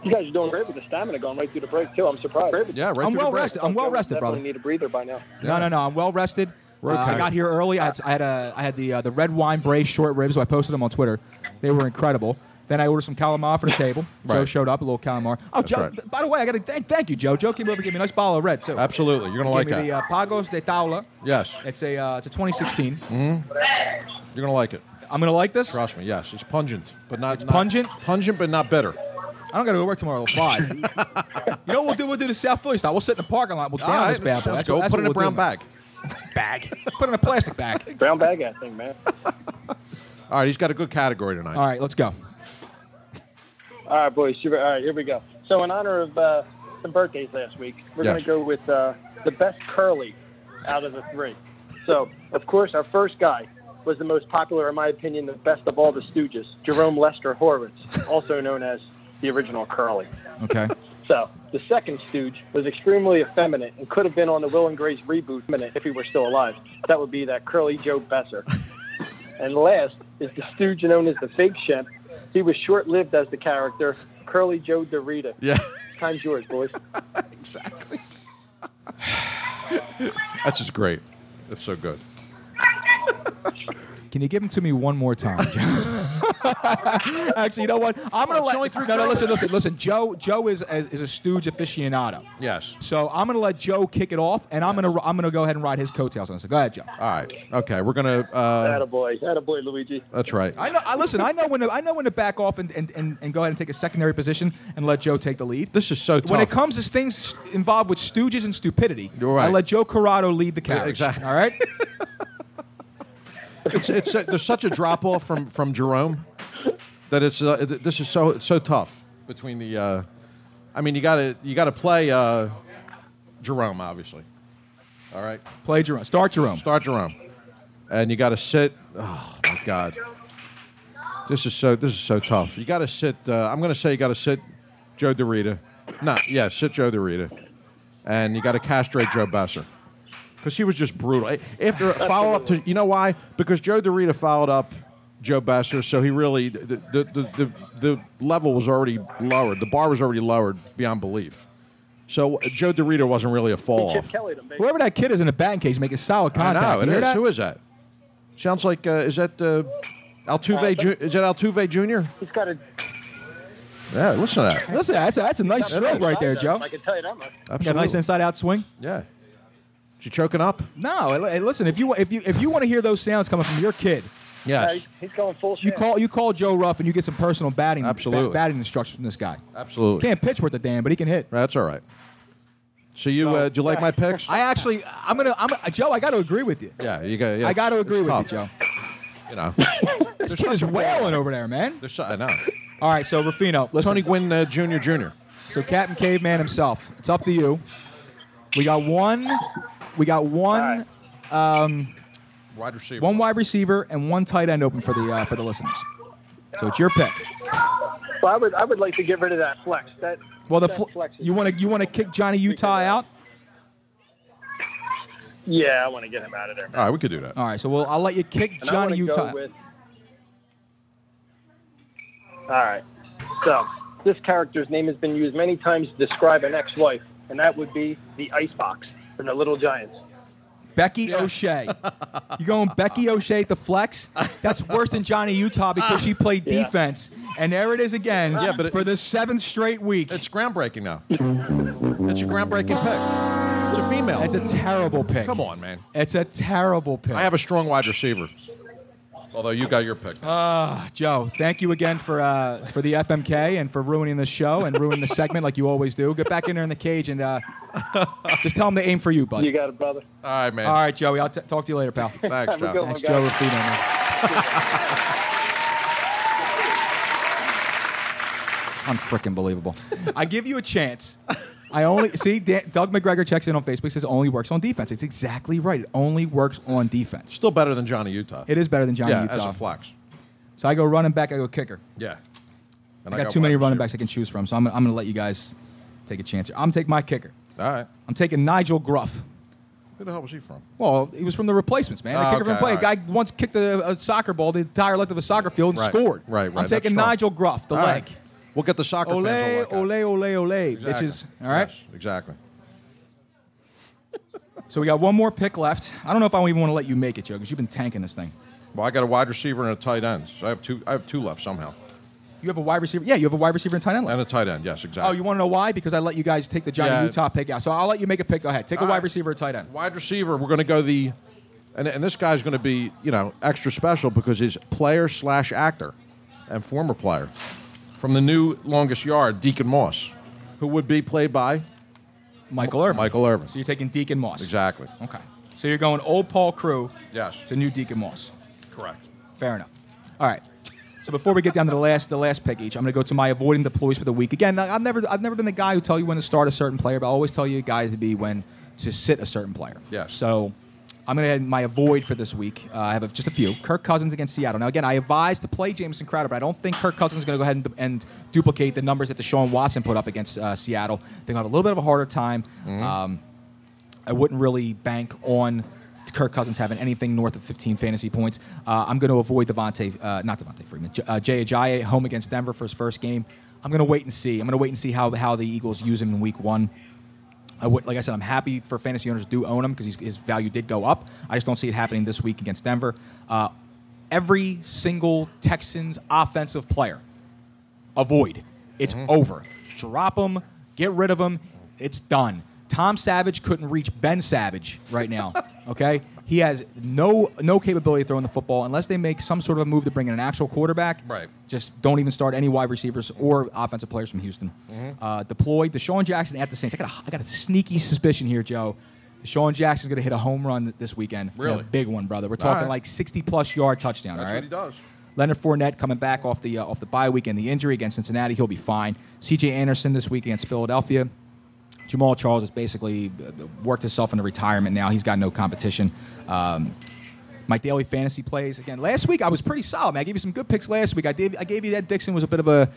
Speaker 7: you guys are doing great with the stamina going right through the break, too. I'm surprised.
Speaker 12: Yeah, right
Speaker 11: I'm through the well break. rested. I'm well rested,
Speaker 7: Definitely
Speaker 11: brother.
Speaker 7: need a breather by now.
Speaker 11: No, no, no. I'm well rested.
Speaker 12: We're
Speaker 11: Uh, I
Speaker 12: okay.
Speaker 11: got here early. I had I had, uh, I had the uh, the red wine braised short ribs. So I posted them on Twitter. They were incredible. Then I ordered some calamari for the table. Joe
Speaker 12: Right.
Speaker 11: showed up, a little calamari. Oh,
Speaker 12: That's
Speaker 11: Joe,
Speaker 12: right.
Speaker 11: th- by the way, I got to thank, thank you, Joe. Joe came over and gave me a nice bottle of red, too.
Speaker 12: Absolutely. You're gonna
Speaker 11: He
Speaker 12: like
Speaker 11: gave me
Speaker 12: that.
Speaker 11: the uh, Pagos de Taula.
Speaker 12: Yes.
Speaker 11: It's a, uh, it's a 2016.
Speaker 12: Mm-hmm. You're gonna like it.
Speaker 11: I'm gonna like this.
Speaker 12: Trust me. Yes, it's pungent, but not.
Speaker 11: It's
Speaker 12: not-
Speaker 11: pungent?
Speaker 12: Pungent, but not bitter.
Speaker 11: I don't got to go to work tomorrow at 5. you know what we'll do? We'll do the South Philly style. We'll sit in the parking lot. We'll
Speaker 12: All
Speaker 11: down
Speaker 12: right,
Speaker 11: this bad boy.
Speaker 12: sounds
Speaker 11: That's
Speaker 12: good.
Speaker 11: what, that's
Speaker 12: Put it in a
Speaker 11: what we'll do,
Speaker 12: brown
Speaker 11: man.
Speaker 12: bag.
Speaker 11: Bag. Put it in a plastic bag.
Speaker 7: Brown bag, I think, man.
Speaker 12: All right, he's got a good category tonight.
Speaker 11: All right, let's go.
Speaker 7: All right, boys. All right, here we go. So, in honor of uh, some birthdays last week, we're
Speaker 12: Yes.
Speaker 7: going to go with uh, the best curly out of the three. So, of course, our first guy was the most popular, in my opinion, the best of all the Stooges, Jerome Lester Horowitz, also known as the original Curly.
Speaker 11: Okay.
Speaker 7: So, the second Stooge was extremely effeminate and could have been on the Will and Grace reboot if he were still alive. That would be that Curly Joe Besser. And last is the Stooge known as the Fake Chef. He was short lived as the character Curly Joe Dorita.
Speaker 12: Yeah.
Speaker 7: Time's yours, boys.
Speaker 12: exactly. That's just great. That's so good.
Speaker 11: Can you give them to me one more time, Joe? Actually, you know what? I'm gonna let no, no. Listen, listen, listen. Joe, Joe is, is is a Stooge aficionado.
Speaker 12: Yes.
Speaker 11: So I'm gonna let Joe kick it off, and I'm gonna I'm gonna go ahead and ride his coattails on this. Go ahead, Joe.
Speaker 12: All right. Okay, we're gonna. Uh,
Speaker 7: Attaboy. Attaboy, Luigi.
Speaker 12: that's right.
Speaker 11: I know. I listen. I know when to, I know when to back off and, and, and, and go ahead and take a secondary position and let Joe take the lead.
Speaker 12: This is so
Speaker 11: When it
Speaker 12: tough.
Speaker 11: comes to things involved with Stooges and stupidity,
Speaker 12: You're right.
Speaker 11: I let Joe Corrado lead the
Speaker 12: Yeah,
Speaker 11: carriage.
Speaker 12: exactly.
Speaker 11: All right.
Speaker 12: It's, it's uh, there's such a drop off from from Jerome that it's uh, th- this is so it's so tough between the. Uh, I mean, you gotta you gotta play uh, Jerome obviously. All right.
Speaker 11: Play Jerome. Start Jerome.
Speaker 12: Start Jerome. And you got to sit. Oh my God. This is so. This is so tough. You got to sit. Uh, I'm going to say you got to sit Joe Dorita. No, yeah, sit Joe Dorita. And you got to castrate Joe Besser because he was just brutal. I- After follow up to you know why? Because Joe Dorita followed up Joe Besser, so he really the the, the, the, the level was already lowered. The bar was already lowered beyond belief. So uh, Joe Dorita wasn't really a fall off.
Speaker 11: Whoever that kid is in the batting cage making solid
Speaker 12: I
Speaker 11: contact.
Speaker 12: know,
Speaker 11: You
Speaker 12: it
Speaker 11: hear
Speaker 12: is.
Speaker 11: that?
Speaker 12: Who is that? Sounds like uh, is that uh, Altuve? Ju- is that Altuve Jr.?
Speaker 7: He's got a.
Speaker 12: Yeah, listen to that.
Speaker 11: Listen, that's a, that's a nice
Speaker 12: That
Speaker 11: stroke
Speaker 12: is.
Speaker 11: right there, Joe.
Speaker 7: I can tell you that much.
Speaker 11: Got a nice
Speaker 12: Absolutely.
Speaker 11: inside out swing.
Speaker 12: Yeah. Is he choking up?
Speaker 11: No, li- hey, listen. If you if you if you want to hear those sounds coming from your kid,
Speaker 7: Uh, he's- he's going full
Speaker 11: you
Speaker 7: shit.
Speaker 11: call you call Joe Ruff and you get some personal batting
Speaker 12: Absolutely.
Speaker 11: ba- batting instructions from this guy.
Speaker 12: Absolutely.
Speaker 11: Can't pitch worth a damn, but he can hit.
Speaker 12: That's all right. So you uh, do you like my picks?
Speaker 11: I actually, I'm gonna, I'm uh, Joe. I got to agree with you.
Speaker 12: yeah, you got. Yeah,
Speaker 11: I got to
Speaker 12: it's
Speaker 11: agree with you,
Speaker 12: tough.
Speaker 11: Joe.
Speaker 12: You know,
Speaker 11: This kid is wailing over there, man.
Speaker 12: there's so- I know.
Speaker 11: All right, so Rufino, listen.
Speaker 12: Tony Gwynn uh, Jr. Jr.
Speaker 11: So Captain Caveman himself. It's up to you. We got one. We got one. Um,
Speaker 12: Wide receiver.
Speaker 11: one wide receiver and one tight end open for the uh, for the listeners. So it's your pick.
Speaker 7: Well, I would, I would like to get rid of that flex. That
Speaker 11: Well, the
Speaker 7: that
Speaker 11: fl-
Speaker 7: flex. Is,
Speaker 11: you want to you want to kick Johnny Utah out?
Speaker 7: yeah, I want to get him out of there.
Speaker 12: All right, we could do that.
Speaker 11: All right, so we'll, I'll let you kick
Speaker 7: And I
Speaker 11: Johnny
Speaker 7: wanna go
Speaker 11: Utah.
Speaker 7: with- All right. So this character's name has been used many times to describe an ex-wife, and that would be the Icebox from the Little Giants.
Speaker 11: Becky O'Shea. You're going Becky O'Shea at the flex? That's worse than Johnny Utah because she played
Speaker 12: Yeah.
Speaker 11: defense. And there it is again
Speaker 12: Yeah, but it-
Speaker 11: for the seventh straight week.
Speaker 12: It's groundbreaking now. It's a groundbreaking pick. It's a female.
Speaker 11: It's a terrible pick.
Speaker 12: Come on, man.
Speaker 11: It's a terrible pick.
Speaker 12: I have a strong wide receiver. Although you got your pick.
Speaker 11: Ah, Joe, thank you again for uh, for the FMK and for ruining the show and ruining the segment like you always do. Get back in there in the cage and uh, just tell them to aim for you, buddy.
Speaker 7: You got it, brother.
Speaker 12: All right, man.
Speaker 11: All right, Joey. I'll t- talk to you later, pal.
Speaker 12: Thanks,
Speaker 7: Have a
Speaker 12: Joe.
Speaker 7: good one,
Speaker 11: Thanks,
Speaker 7: guys.
Speaker 11: Joe Rufino. man. Unfreaking believable. I give you a chance. I only see Dan, Doug McGregor checks in on Facebook. Says only works on defense. It's exactly right. It only works on defense.
Speaker 12: Still better than Johnny Utah.
Speaker 11: It is better than Johnny
Speaker 12: yeah,
Speaker 11: Utah.
Speaker 12: as a flex.
Speaker 11: So I go running back. I go kicker.
Speaker 12: Yeah. And
Speaker 11: I, got, too many
Speaker 12: wide
Speaker 11: running backs I can choose from, so I'm, I'm going to let you guys take a chance here. I'm going to take my kicker.
Speaker 12: receiver. All right.
Speaker 11: I'm taking Nigel Gruff.
Speaker 12: Who the hell was he from?
Speaker 11: Well, he was from the replacements, man. The
Speaker 12: Ah,
Speaker 11: kicker
Speaker 12: okay,
Speaker 11: from play.
Speaker 12: all right.
Speaker 11: A guy once kicked a, a soccer ball the entire length of a soccer field and
Speaker 12: Right,
Speaker 11: scored.
Speaker 12: right, right.
Speaker 11: I'm
Speaker 12: That's
Speaker 11: taking
Speaker 12: strong.
Speaker 11: Nigel Gruff, the
Speaker 12: All
Speaker 11: leg.
Speaker 12: right. We'll get the soccer
Speaker 11: Ole,
Speaker 12: fans. will like
Speaker 11: ole, ole, ole,
Speaker 12: that. Exactly.
Speaker 11: bitches. All right.
Speaker 12: Yes, exactly.
Speaker 11: So we got one more pick left. I don't know if I even want to let you make it, Joe, because you've been tanking this thing.
Speaker 12: Well, I got a wide receiver and a tight end. So I have two. I have two left somehow.
Speaker 11: You have a wide receiver. Yeah, you have a wide receiver and tight end. Left.
Speaker 12: And a tight end, yes, exactly.
Speaker 11: Oh, you want to know why? Because I let you guys take the Johnny
Speaker 12: Yeah.
Speaker 11: Utah pick out. So I'll let you make a pick. Go ahead. Take a
Speaker 12: All
Speaker 11: wide
Speaker 12: right.
Speaker 11: receiver or tight end.
Speaker 12: Wide receiver, we're going to go the, and, and this guy's going to be, you know, extra special because he's player slash actor and former player from the new longest yard, Deacon Moss, who would be played by
Speaker 11: Michael Irvin.
Speaker 12: Michael Irvin.
Speaker 11: So you're taking Deacon Moss.
Speaker 12: Exactly.
Speaker 11: Okay. So you're going old Paul Crew
Speaker 12: Yes.
Speaker 11: to new Deacon Moss.
Speaker 12: Correct.
Speaker 11: Fair enough. All right. So before we get down to the last the last pick each, I'm going to go to my avoiding deploys for the week. Again, I- I've never I've never been the guy who tell you when to start a certain player, but I always tell you guys to be when to sit a certain player. Yeah. So I'm going to have my avoid for this week. Uh, I have a, just a few. Kirk Cousins against Seattle. Now again, I advise to play Jameson Crowder, but I don't think Kirk Cousins is going to go ahead and, and duplicate the numbers that Deshaun Watson put up against uh, Seattle. They're going to have a little bit of a harder time. Um, I wouldn't really bank on Kirk Cousins having anything north of 15 fantasy points. Uh, I'm going to avoid Devontae, uh, not Devontae Freeman, J- uh, Jay Ajayi home against Denver for his first game. I'm going to wait and see. I'm going to wait and see how, how the Eagles use him in week one. I would, like I said, I'm happy for fantasy owners who do own him because his value did go up. I just don't see it happening this week against Denver. Uh, every single Texans offensive player, avoid. It's over. Drop him. Get rid of him. It's done. Tom Savage couldn't reach Ben Savage right now. Okay, he has no no capability of throwing the football unless they make some sort of a move to bring in an actual quarterback. Right. Just don't even start any wide receivers or offensive players from Houston.
Speaker 12: Mm-hmm.
Speaker 11: Uh, deployed Deshaun Jackson at the Saints. I got a, I got a sneaky suspicion here, Joe. Deshaun Jackson's going to hit a home run this weekend. And
Speaker 12: Really?
Speaker 11: a big one, brother. We're
Speaker 12: All
Speaker 11: talking
Speaker 12: right.
Speaker 11: like 60 plus yard touchdown.
Speaker 12: That's
Speaker 11: all right.
Speaker 12: what he does.
Speaker 11: Leonard Fournette coming back off the uh, off the bye week and the injury against Cincinnati, he'll be fine. C.J. Anderson this week against Philadelphia. Jamal Charles has basically uh, worked himself into retirement now. He's got no competition. Um, my daily fantasy plays again. Last week I was pretty solid. Man. I gave you some good picks last week. I did. I gave you that Dixon was a bit of a.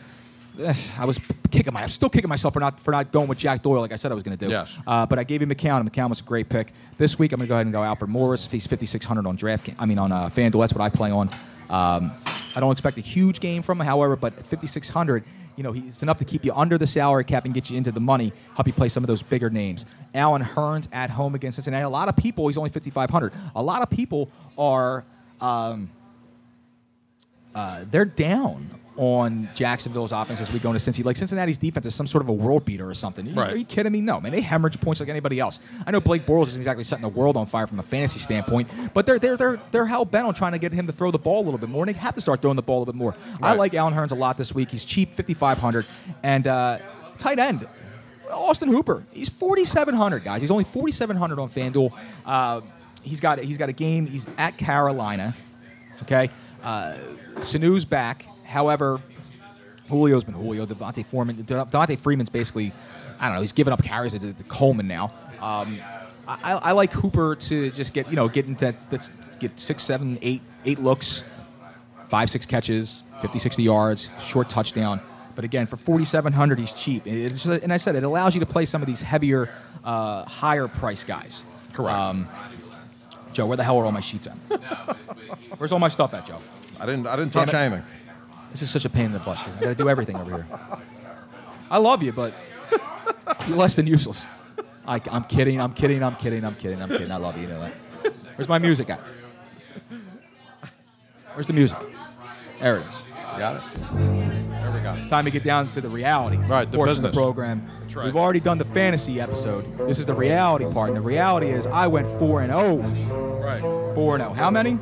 Speaker 11: eh, I was kicking my. I'm still kicking myself for not for not going with Jack Doyle like I said I was going to do.
Speaker 12: Yes.
Speaker 11: Uh, but I gave you McCown. and McCown was a great pick. This week I'm going to go ahead and go Alfred Morris. He's 5600 on draft. I mean on uh, FanDuel. That's what I play on. Um, I don't expect a huge game from him, however, but 5600. You know, he, it's enough to keep you under the salary cap and get you into the money, help you play some of those bigger names. Alan Hearns at home against Cincinnati. A lot of people, he's only 5,500. A lot of people are um, uh, they're down on Jacksonville's offense as we go into Cincy. Like Cincinnati's defense is some sort of a world beater or something. Are you-
Speaker 12: Right.
Speaker 11: Are you kidding me? No, man, they hemorrhage points like anybody else. I know Blake Bortles isn't exactly setting the world on fire from a fantasy standpoint, but they're they're they're they're hell bent on trying to get him to throw the ball a little bit more, and they have to start throwing the ball a little bit more. I like Allen Hearns a lot this week. He's cheap, fifty five hundred, and uh, tight end. Austin Hooper, he's 4,700 guys. He's only 4,700 on FanDuel. Uh, he's got he's got a game. He's at Carolina. Okay, uh, Sanu's back. However, Julio's been Julio. Devontae Foreman, De- Devontae Freeman's basically, I don't know. He's given up carries to, to Coleman now. Um, I, I like Hooper to just get you know get into that, that's, get six, seven, eight, eight looks, five, six catches, 50, 60 yards, short touchdown. But again, for 4,700, he's cheap. And it's- and I said it allows you to play some of these heavier, uh, higher price guys. Correct. Um, Joe, where the hell are all my sheets at? Where's all my stuff at, Joe?
Speaker 12: I didn't. I didn't
Speaker 11: Damn
Speaker 12: touch
Speaker 11: it.
Speaker 12: anything.
Speaker 11: This is such a pain in the butt. dude. I gotta do everything over here. I love you, but you're less than useless. I, I'm kidding. I'm kidding. I'm kidding. I'm kidding. I'm kidding. I love you. You know that. Where's my music at? Where's the music? There it is. Got it. There we go. It's time to get down to the reality right,
Speaker 12: the
Speaker 11: portion of
Speaker 12: business.
Speaker 11: the program.
Speaker 12: That's right.
Speaker 11: We've already done the fantasy episode. This is the reality part. And the reality is I went 4 and 0.
Speaker 12: Right.
Speaker 11: 4 and 0. How many?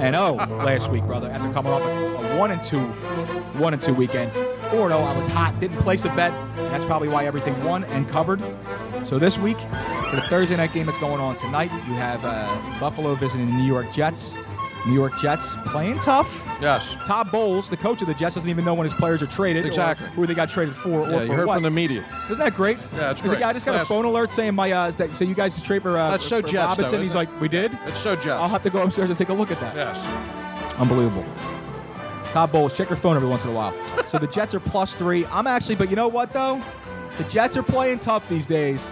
Speaker 11: and 0 last week, brother. After coming off a, a 1 and 2 1 and 2 weekend. 4 and 0. I was hot. Didn't place a bet. That's probably why everything won and covered. So this week, for the Thursday night game that's going on tonight, you have uh, Buffalo visiting the New York Jets. New York Jets playing tough.
Speaker 12: Yes.
Speaker 11: Todd Bowles, the coach of the Jets, doesn't even know when his players are traded. or
Speaker 12: Exactly.
Speaker 11: Who they got traded for.
Speaker 12: Yeah,
Speaker 11: or
Speaker 12: you
Speaker 11: for
Speaker 12: heard
Speaker 11: what.
Speaker 12: from the media.
Speaker 11: Isn't that great?
Speaker 12: Yeah, it's
Speaker 11: There's a
Speaker 12: great.
Speaker 11: guy- I just got a
Speaker 12: Classic.
Speaker 11: phone alert saying my uh, that, so you guys to trade for uh,
Speaker 12: That's so
Speaker 11: for
Speaker 12: Jets, though,
Speaker 11: Robinson.
Speaker 12: isn't
Speaker 11: He's
Speaker 12: it?
Speaker 11: like, we did. That's
Speaker 12: so Jets.
Speaker 11: I'll have to go upstairs and take a look at that.
Speaker 12: Yes.
Speaker 11: Unbelievable. Todd Bowles, check your phone every once in a while. so the Jets are plus three. I'm actually, but you know what though? The Jets are playing tough these days,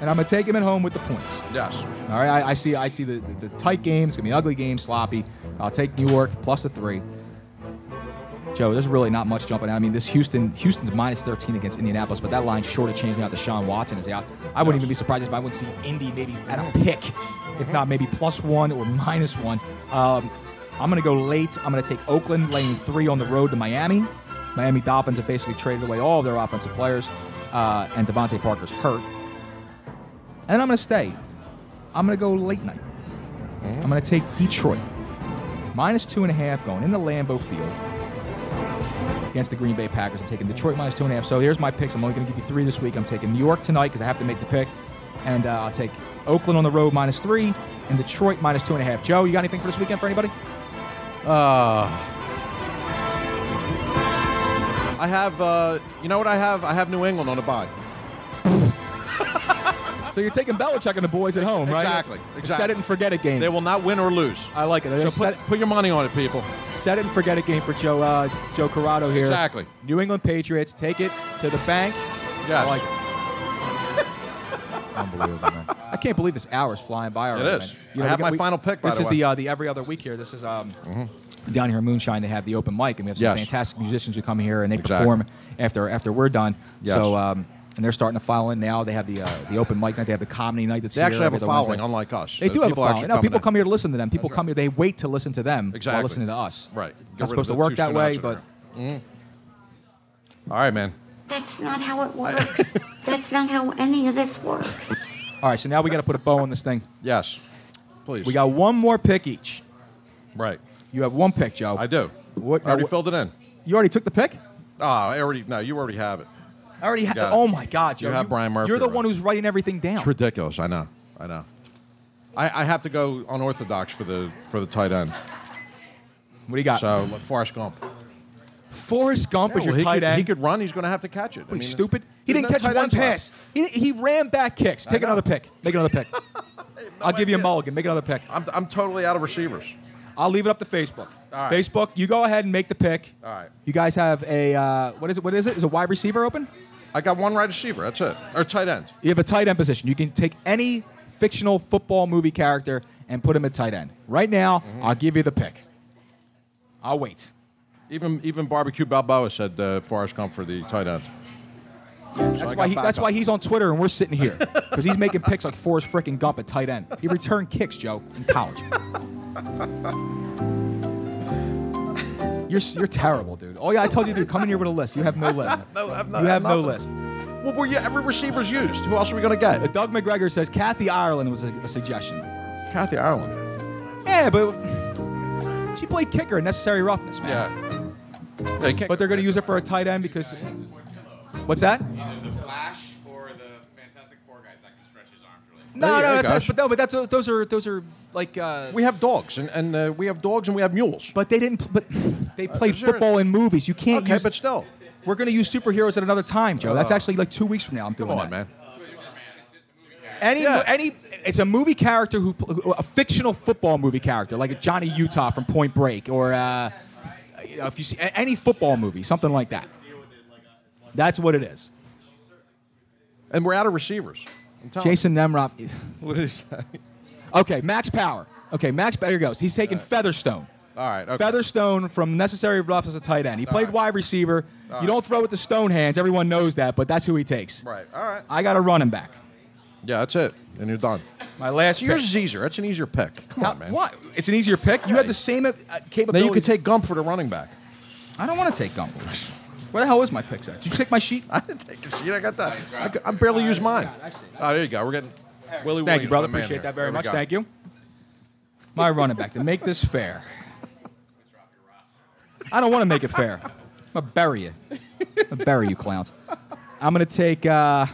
Speaker 11: and I'm gonna take him at home with the points.
Speaker 12: Yes.
Speaker 11: All right, I, I see. I see the, the, the tight game. It's gonna be an ugly game, sloppy. I'll take New York plus a three. Joe, there's really not much jumping out. I mean, this Houston, Houston's minus 13 against Indianapolis, but that line short of changing out to Sean Watson is out. I wouldn't even be surprised if I would see Indy maybe at a pick, if not maybe plus one or minus one. Um, I'm going to go late. I'm going to take Oakland laying three on the road to Miami. Miami Dolphins have basically traded away all of their offensive players, uh, and Devontae Parker's hurt. And I'm going to stay. I'm going to go late night. I'm going to take Detroit. Minus two and a half going in the Lambeau Field against the Green Bay Packers. I'm taking Detroit minus two and a half. So here's my picks. I'm only going to give you three this week. I'm taking New York tonight because I have to make the pick. And uh, I'll take Oakland on the road minus three and Detroit minus two and a half. Joe, you got anything for this weekend for anybody?
Speaker 12: Uh, I have, uh, you know what I have? I have New England on a bye.
Speaker 11: So you're taking Belichick and the boys at home, right?
Speaker 12: Uh, Exactly,
Speaker 11: Set
Speaker 12: exactly.
Speaker 11: it and forget it game.
Speaker 12: They will not win or lose.
Speaker 11: I like it.
Speaker 12: So put, put your money on it, people.
Speaker 11: Set it and forget it game for Joe uh, Joe Corrado here.
Speaker 12: Exactly.
Speaker 11: New England Patriots take it to the bank.
Speaker 12: Yeah.
Speaker 11: I like it. Unbelievable, man. I can't believe this hour's flying by already.
Speaker 12: It
Speaker 11: man.
Speaker 12: is.
Speaker 11: You
Speaker 12: I
Speaker 11: know,
Speaker 12: have
Speaker 11: we-
Speaker 12: my
Speaker 11: we-
Speaker 12: final pick. By
Speaker 11: This
Speaker 12: the
Speaker 11: is
Speaker 12: way. Mm-hmm.
Speaker 11: the uh, the every other week here. This is um down here in Moonshine. They have the open mic, and we have some
Speaker 12: Yes.
Speaker 11: fantastic musicians who come here and they
Speaker 12: Exactly.
Speaker 11: perform after after we're done.
Speaker 12: Yes.
Speaker 11: So um, and they're starting to file in now. They have the uh, the open mic night. They have the comedy night. That's
Speaker 12: They
Speaker 11: here
Speaker 12: actually have
Speaker 11: every
Speaker 12: a
Speaker 11: other
Speaker 12: following,
Speaker 11: Wednesday.
Speaker 12: unlike us.
Speaker 11: They
Speaker 12: The
Speaker 11: do have a
Speaker 12: people actually
Speaker 11: following. No,
Speaker 12: coming
Speaker 11: people
Speaker 12: in.
Speaker 11: come here to listen to them. People come here. They wait to listen to them while listening to us.
Speaker 12: Right. Get rid
Speaker 11: Not
Speaker 12: of
Speaker 11: supposed
Speaker 12: the
Speaker 11: to
Speaker 12: two
Speaker 11: work that way,
Speaker 12: stonouts
Speaker 11: but
Speaker 12: in there. Mm. All right, man.
Speaker 15: That's not how it works. That's not how any of this works.
Speaker 11: All right, so now we got to put a bow on this thing.
Speaker 12: Yes, please.
Speaker 11: We got one more pick each.
Speaker 12: Right.
Speaker 11: You have one pick, Joe.
Speaker 12: I do.
Speaker 11: What?
Speaker 12: I already
Speaker 11: now, wh-
Speaker 12: filled it in.
Speaker 11: You already took the pick.
Speaker 12: Oh, I already. No, you already have it.
Speaker 11: I already have.
Speaker 12: Got
Speaker 11: The,
Speaker 12: it.
Speaker 11: oh my God, Joe!
Speaker 12: You have Brian Murphy
Speaker 11: You're the
Speaker 12: right.
Speaker 11: one who's writing everything down.
Speaker 12: It's ridiculous. I know. I know. I, I have to go unorthodox for the for the tight end.
Speaker 11: What do you got?
Speaker 12: So Forrest Gump.
Speaker 11: Forrest Gump is
Speaker 12: Yeah, well,
Speaker 11: Uh, your
Speaker 12: he
Speaker 11: tight
Speaker 12: could,
Speaker 11: end.
Speaker 12: He could run. He's going to have to catch it.
Speaker 11: What, he's stupid. He didn't catch
Speaker 12: tight
Speaker 11: one
Speaker 12: ends left.
Speaker 11: pass. He, he ran back kicks. Take another pick. Make another pick. I'll give you a mulligan. Make another pick.
Speaker 12: I'm, I'm totally out of receivers.
Speaker 11: I'll leave it up to Facebook.
Speaker 12: All right.
Speaker 11: Facebook, you go ahead and make the pick.
Speaker 12: All right.
Speaker 11: You guys have a uh, what is it? What is it? Is a wide receiver open?
Speaker 12: I got one wide receiver. That's it. Or tight end.
Speaker 11: You have a tight end position. You can take any fictional football movie character and put him at tight end. Right now,
Speaker 12: Mm-hmm.
Speaker 11: I'll give you the pick. I'll wait.
Speaker 12: Even even barbecue Balboa said uh, Forrest Gump for the tight end.
Speaker 11: That's, why, he, that's why he's on Twitter and we're sitting here because he's making picks like Forrest frickin' Gump at tight end. He returned kicks, Joe, in college. You're, s- you're terrible, dude. Oh yeah, I told you, dude. Come in here with a list. You have no list.
Speaker 12: No, I've not,
Speaker 11: you have no
Speaker 12: nothing.
Speaker 11: list.
Speaker 12: Well, were you every receiver's used? Who else are we going to get?
Speaker 11: Uh, Doug McGregor says Kathy Ireland was a, a suggestion.
Speaker 12: Kathy Ireland.
Speaker 11: Yeah, but she played kicker in necessary roughness, man.
Speaker 12: Yeah.
Speaker 11: but they're going to use it for a tight end because. What's that?
Speaker 17: Either the Flash or the Fantastic Four guys that can stretch his arms really.
Speaker 11: No,
Speaker 12: There you
Speaker 11: no,
Speaker 12: go,
Speaker 11: that's,
Speaker 12: gosh.
Speaker 11: but no, but that's those are those are like. Uh,
Speaker 12: We have dogs, and, and uh, we have dogs, and we have mules.
Speaker 11: But they didn't. But they played
Speaker 12: serious.
Speaker 11: football in movies. You
Speaker 12: Uh,
Speaker 11: can't
Speaker 12: Okay,
Speaker 11: use.
Speaker 12: but still.
Speaker 11: We're going to use superheroes at another time, Joe. That's
Speaker 12: Oh.
Speaker 11: actually like two weeks from now. I'm doing
Speaker 12: Come
Speaker 11: that.
Speaker 12: on, man.
Speaker 11: Any, any, it's a movie character who, who- a fictional football movie character, like a Johnny Utah from Point Break, or uh, you know, if you see a- any football movie, something like that. That's what it is.
Speaker 12: And we're out of receivers. I'm telling
Speaker 11: Jason Nemrov.
Speaker 12: You. What did he say?
Speaker 11: Okay, Max Power. Okay, Max. There he goes. He's taking Featherstone.
Speaker 12: All right. Okay.
Speaker 11: Featherstone from Necessary Rough as a tight end. He played wide receiver.
Speaker 12: All
Speaker 11: you
Speaker 12: right.
Speaker 11: don't throw with the stone hands. Everyone knows that, but that's who he takes.
Speaker 12: Right. All right.
Speaker 11: I got a running back.
Speaker 12: Yeah, that's it. And you're done.
Speaker 11: My last.
Speaker 12: So yours is easier. That's an easier pick. Come on, man.
Speaker 11: What? It's an easier pick. You had the same uh,
Speaker 12: Now
Speaker 11: capability.
Speaker 12: you could take Gump for the running back.
Speaker 11: I don't want to take Gump. Where the hell is my picks at? Did you take my sheet?
Speaker 12: I didn't take your sheet. I got that. I, c- I barely used mine. Oh, there you go. We're getting Willie.
Speaker 11: Thank
Speaker 12: Williams,
Speaker 11: you, brother.
Speaker 12: my man
Speaker 11: Appreciate
Speaker 12: here.
Speaker 11: that very
Speaker 12: There we
Speaker 11: much.
Speaker 12: go.
Speaker 11: Thank you. My running back to make this fair. I don't want to make it fair. I'm gonna bury you. I'm gonna bury you clowns. I'm gonna take. Uh,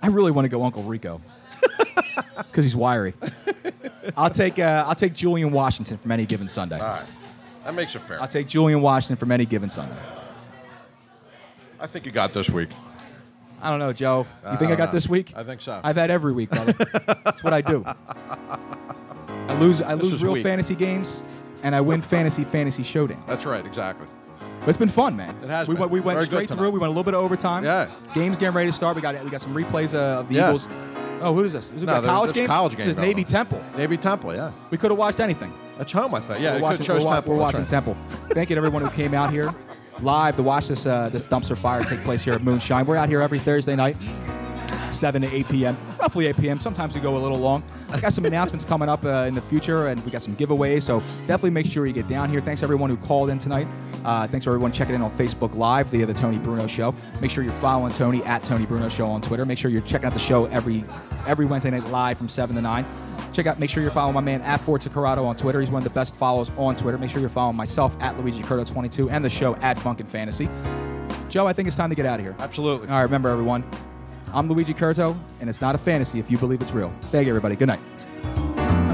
Speaker 11: I really want to go Uncle Rico because he's wiry. I'll take. Uh, I'll take Julian Washington from any given Sunday.
Speaker 12: All right. That makes it fair.
Speaker 11: I'll take Julian Washington from any given Sunday.
Speaker 12: I think you got this week.
Speaker 11: I don't know, Joe. You
Speaker 12: I
Speaker 11: think I,
Speaker 12: don't
Speaker 11: got
Speaker 12: know.
Speaker 11: this week?
Speaker 12: Uh, I think so.
Speaker 11: I've had every week, brother. That's what I do. I lose. I
Speaker 12: This
Speaker 11: lose
Speaker 12: is
Speaker 11: real
Speaker 12: weak.
Speaker 11: fantasy games, and I win fantasy fantasy showdown.
Speaker 12: That's right. Exactly.
Speaker 11: But it's been fun, man.
Speaker 12: It has
Speaker 11: We
Speaker 12: been.
Speaker 11: went. We went
Speaker 12: Very good
Speaker 11: straight
Speaker 12: tonight.
Speaker 11: through. We went a little bit of overtime. Yeah. Games getting ready to start. We got. We got some replays uh, of the
Speaker 12: Yeah.
Speaker 11: Eagles. Oh, who is this? Is it
Speaker 12: No,
Speaker 11: a
Speaker 12: there-
Speaker 11: college
Speaker 12: there's
Speaker 11: game?
Speaker 12: college game
Speaker 11: This
Speaker 12: going
Speaker 11: Navy
Speaker 12: on.
Speaker 11: Temple.
Speaker 12: Navy Temple. Yeah.
Speaker 11: We could have watched anything.
Speaker 12: That's home, I think. Yeah.
Speaker 11: we're
Speaker 12: you
Speaker 11: watching,
Speaker 12: chose
Speaker 11: we're wa-
Speaker 12: Temple.
Speaker 11: we're
Speaker 12: That's
Speaker 11: watching
Speaker 12: right.
Speaker 11: Temple. Thank you to everyone who came out here live to watch this uh, this dumpster fire take place here at Moonshine. We're out here every Thursday night, 7 to 8 p.m. Well, roughly 8 p.m. Sometimes we go a little long. I got some announcements coming up uh, in the future, and we got some giveaways. So definitely make sure you get down here. Thanks everyone who called in tonight. Uh, thanks for everyone checking in on Facebook Live via the Tony Bruno Show. Make sure you're following Tony at Tony Bruno Show on Twitter. Make sure you're checking out the show every every Wednesday night live from seven to nine. Check out. Make sure you're following my man at Forza Corrado on Twitter. He's one of the best follows on Twitter. Make sure you're following myself at Luigi Curto 22 and the show at Funkin Fantasy. Joe, I think it's time to get out of here. Absolutely. All right, remember everyone. I'm Luigi Curto, and it's not a fantasy if you believe it's real. Thank you, everybody. Good night.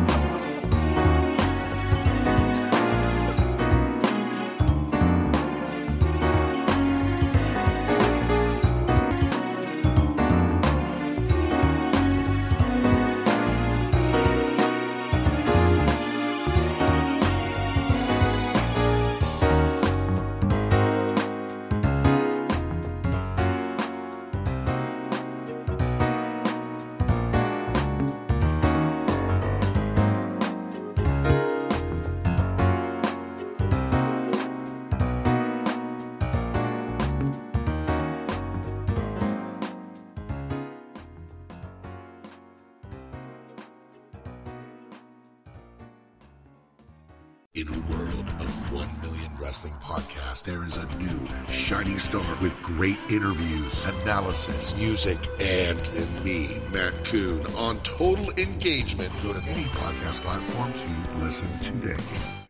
Speaker 18: In a world of 1 million wrestling podcasts, there is a new shining star with great interviews, analysis, music, and, and me, Matt Coon, on total engagement. Go to any podcast platform to listen today.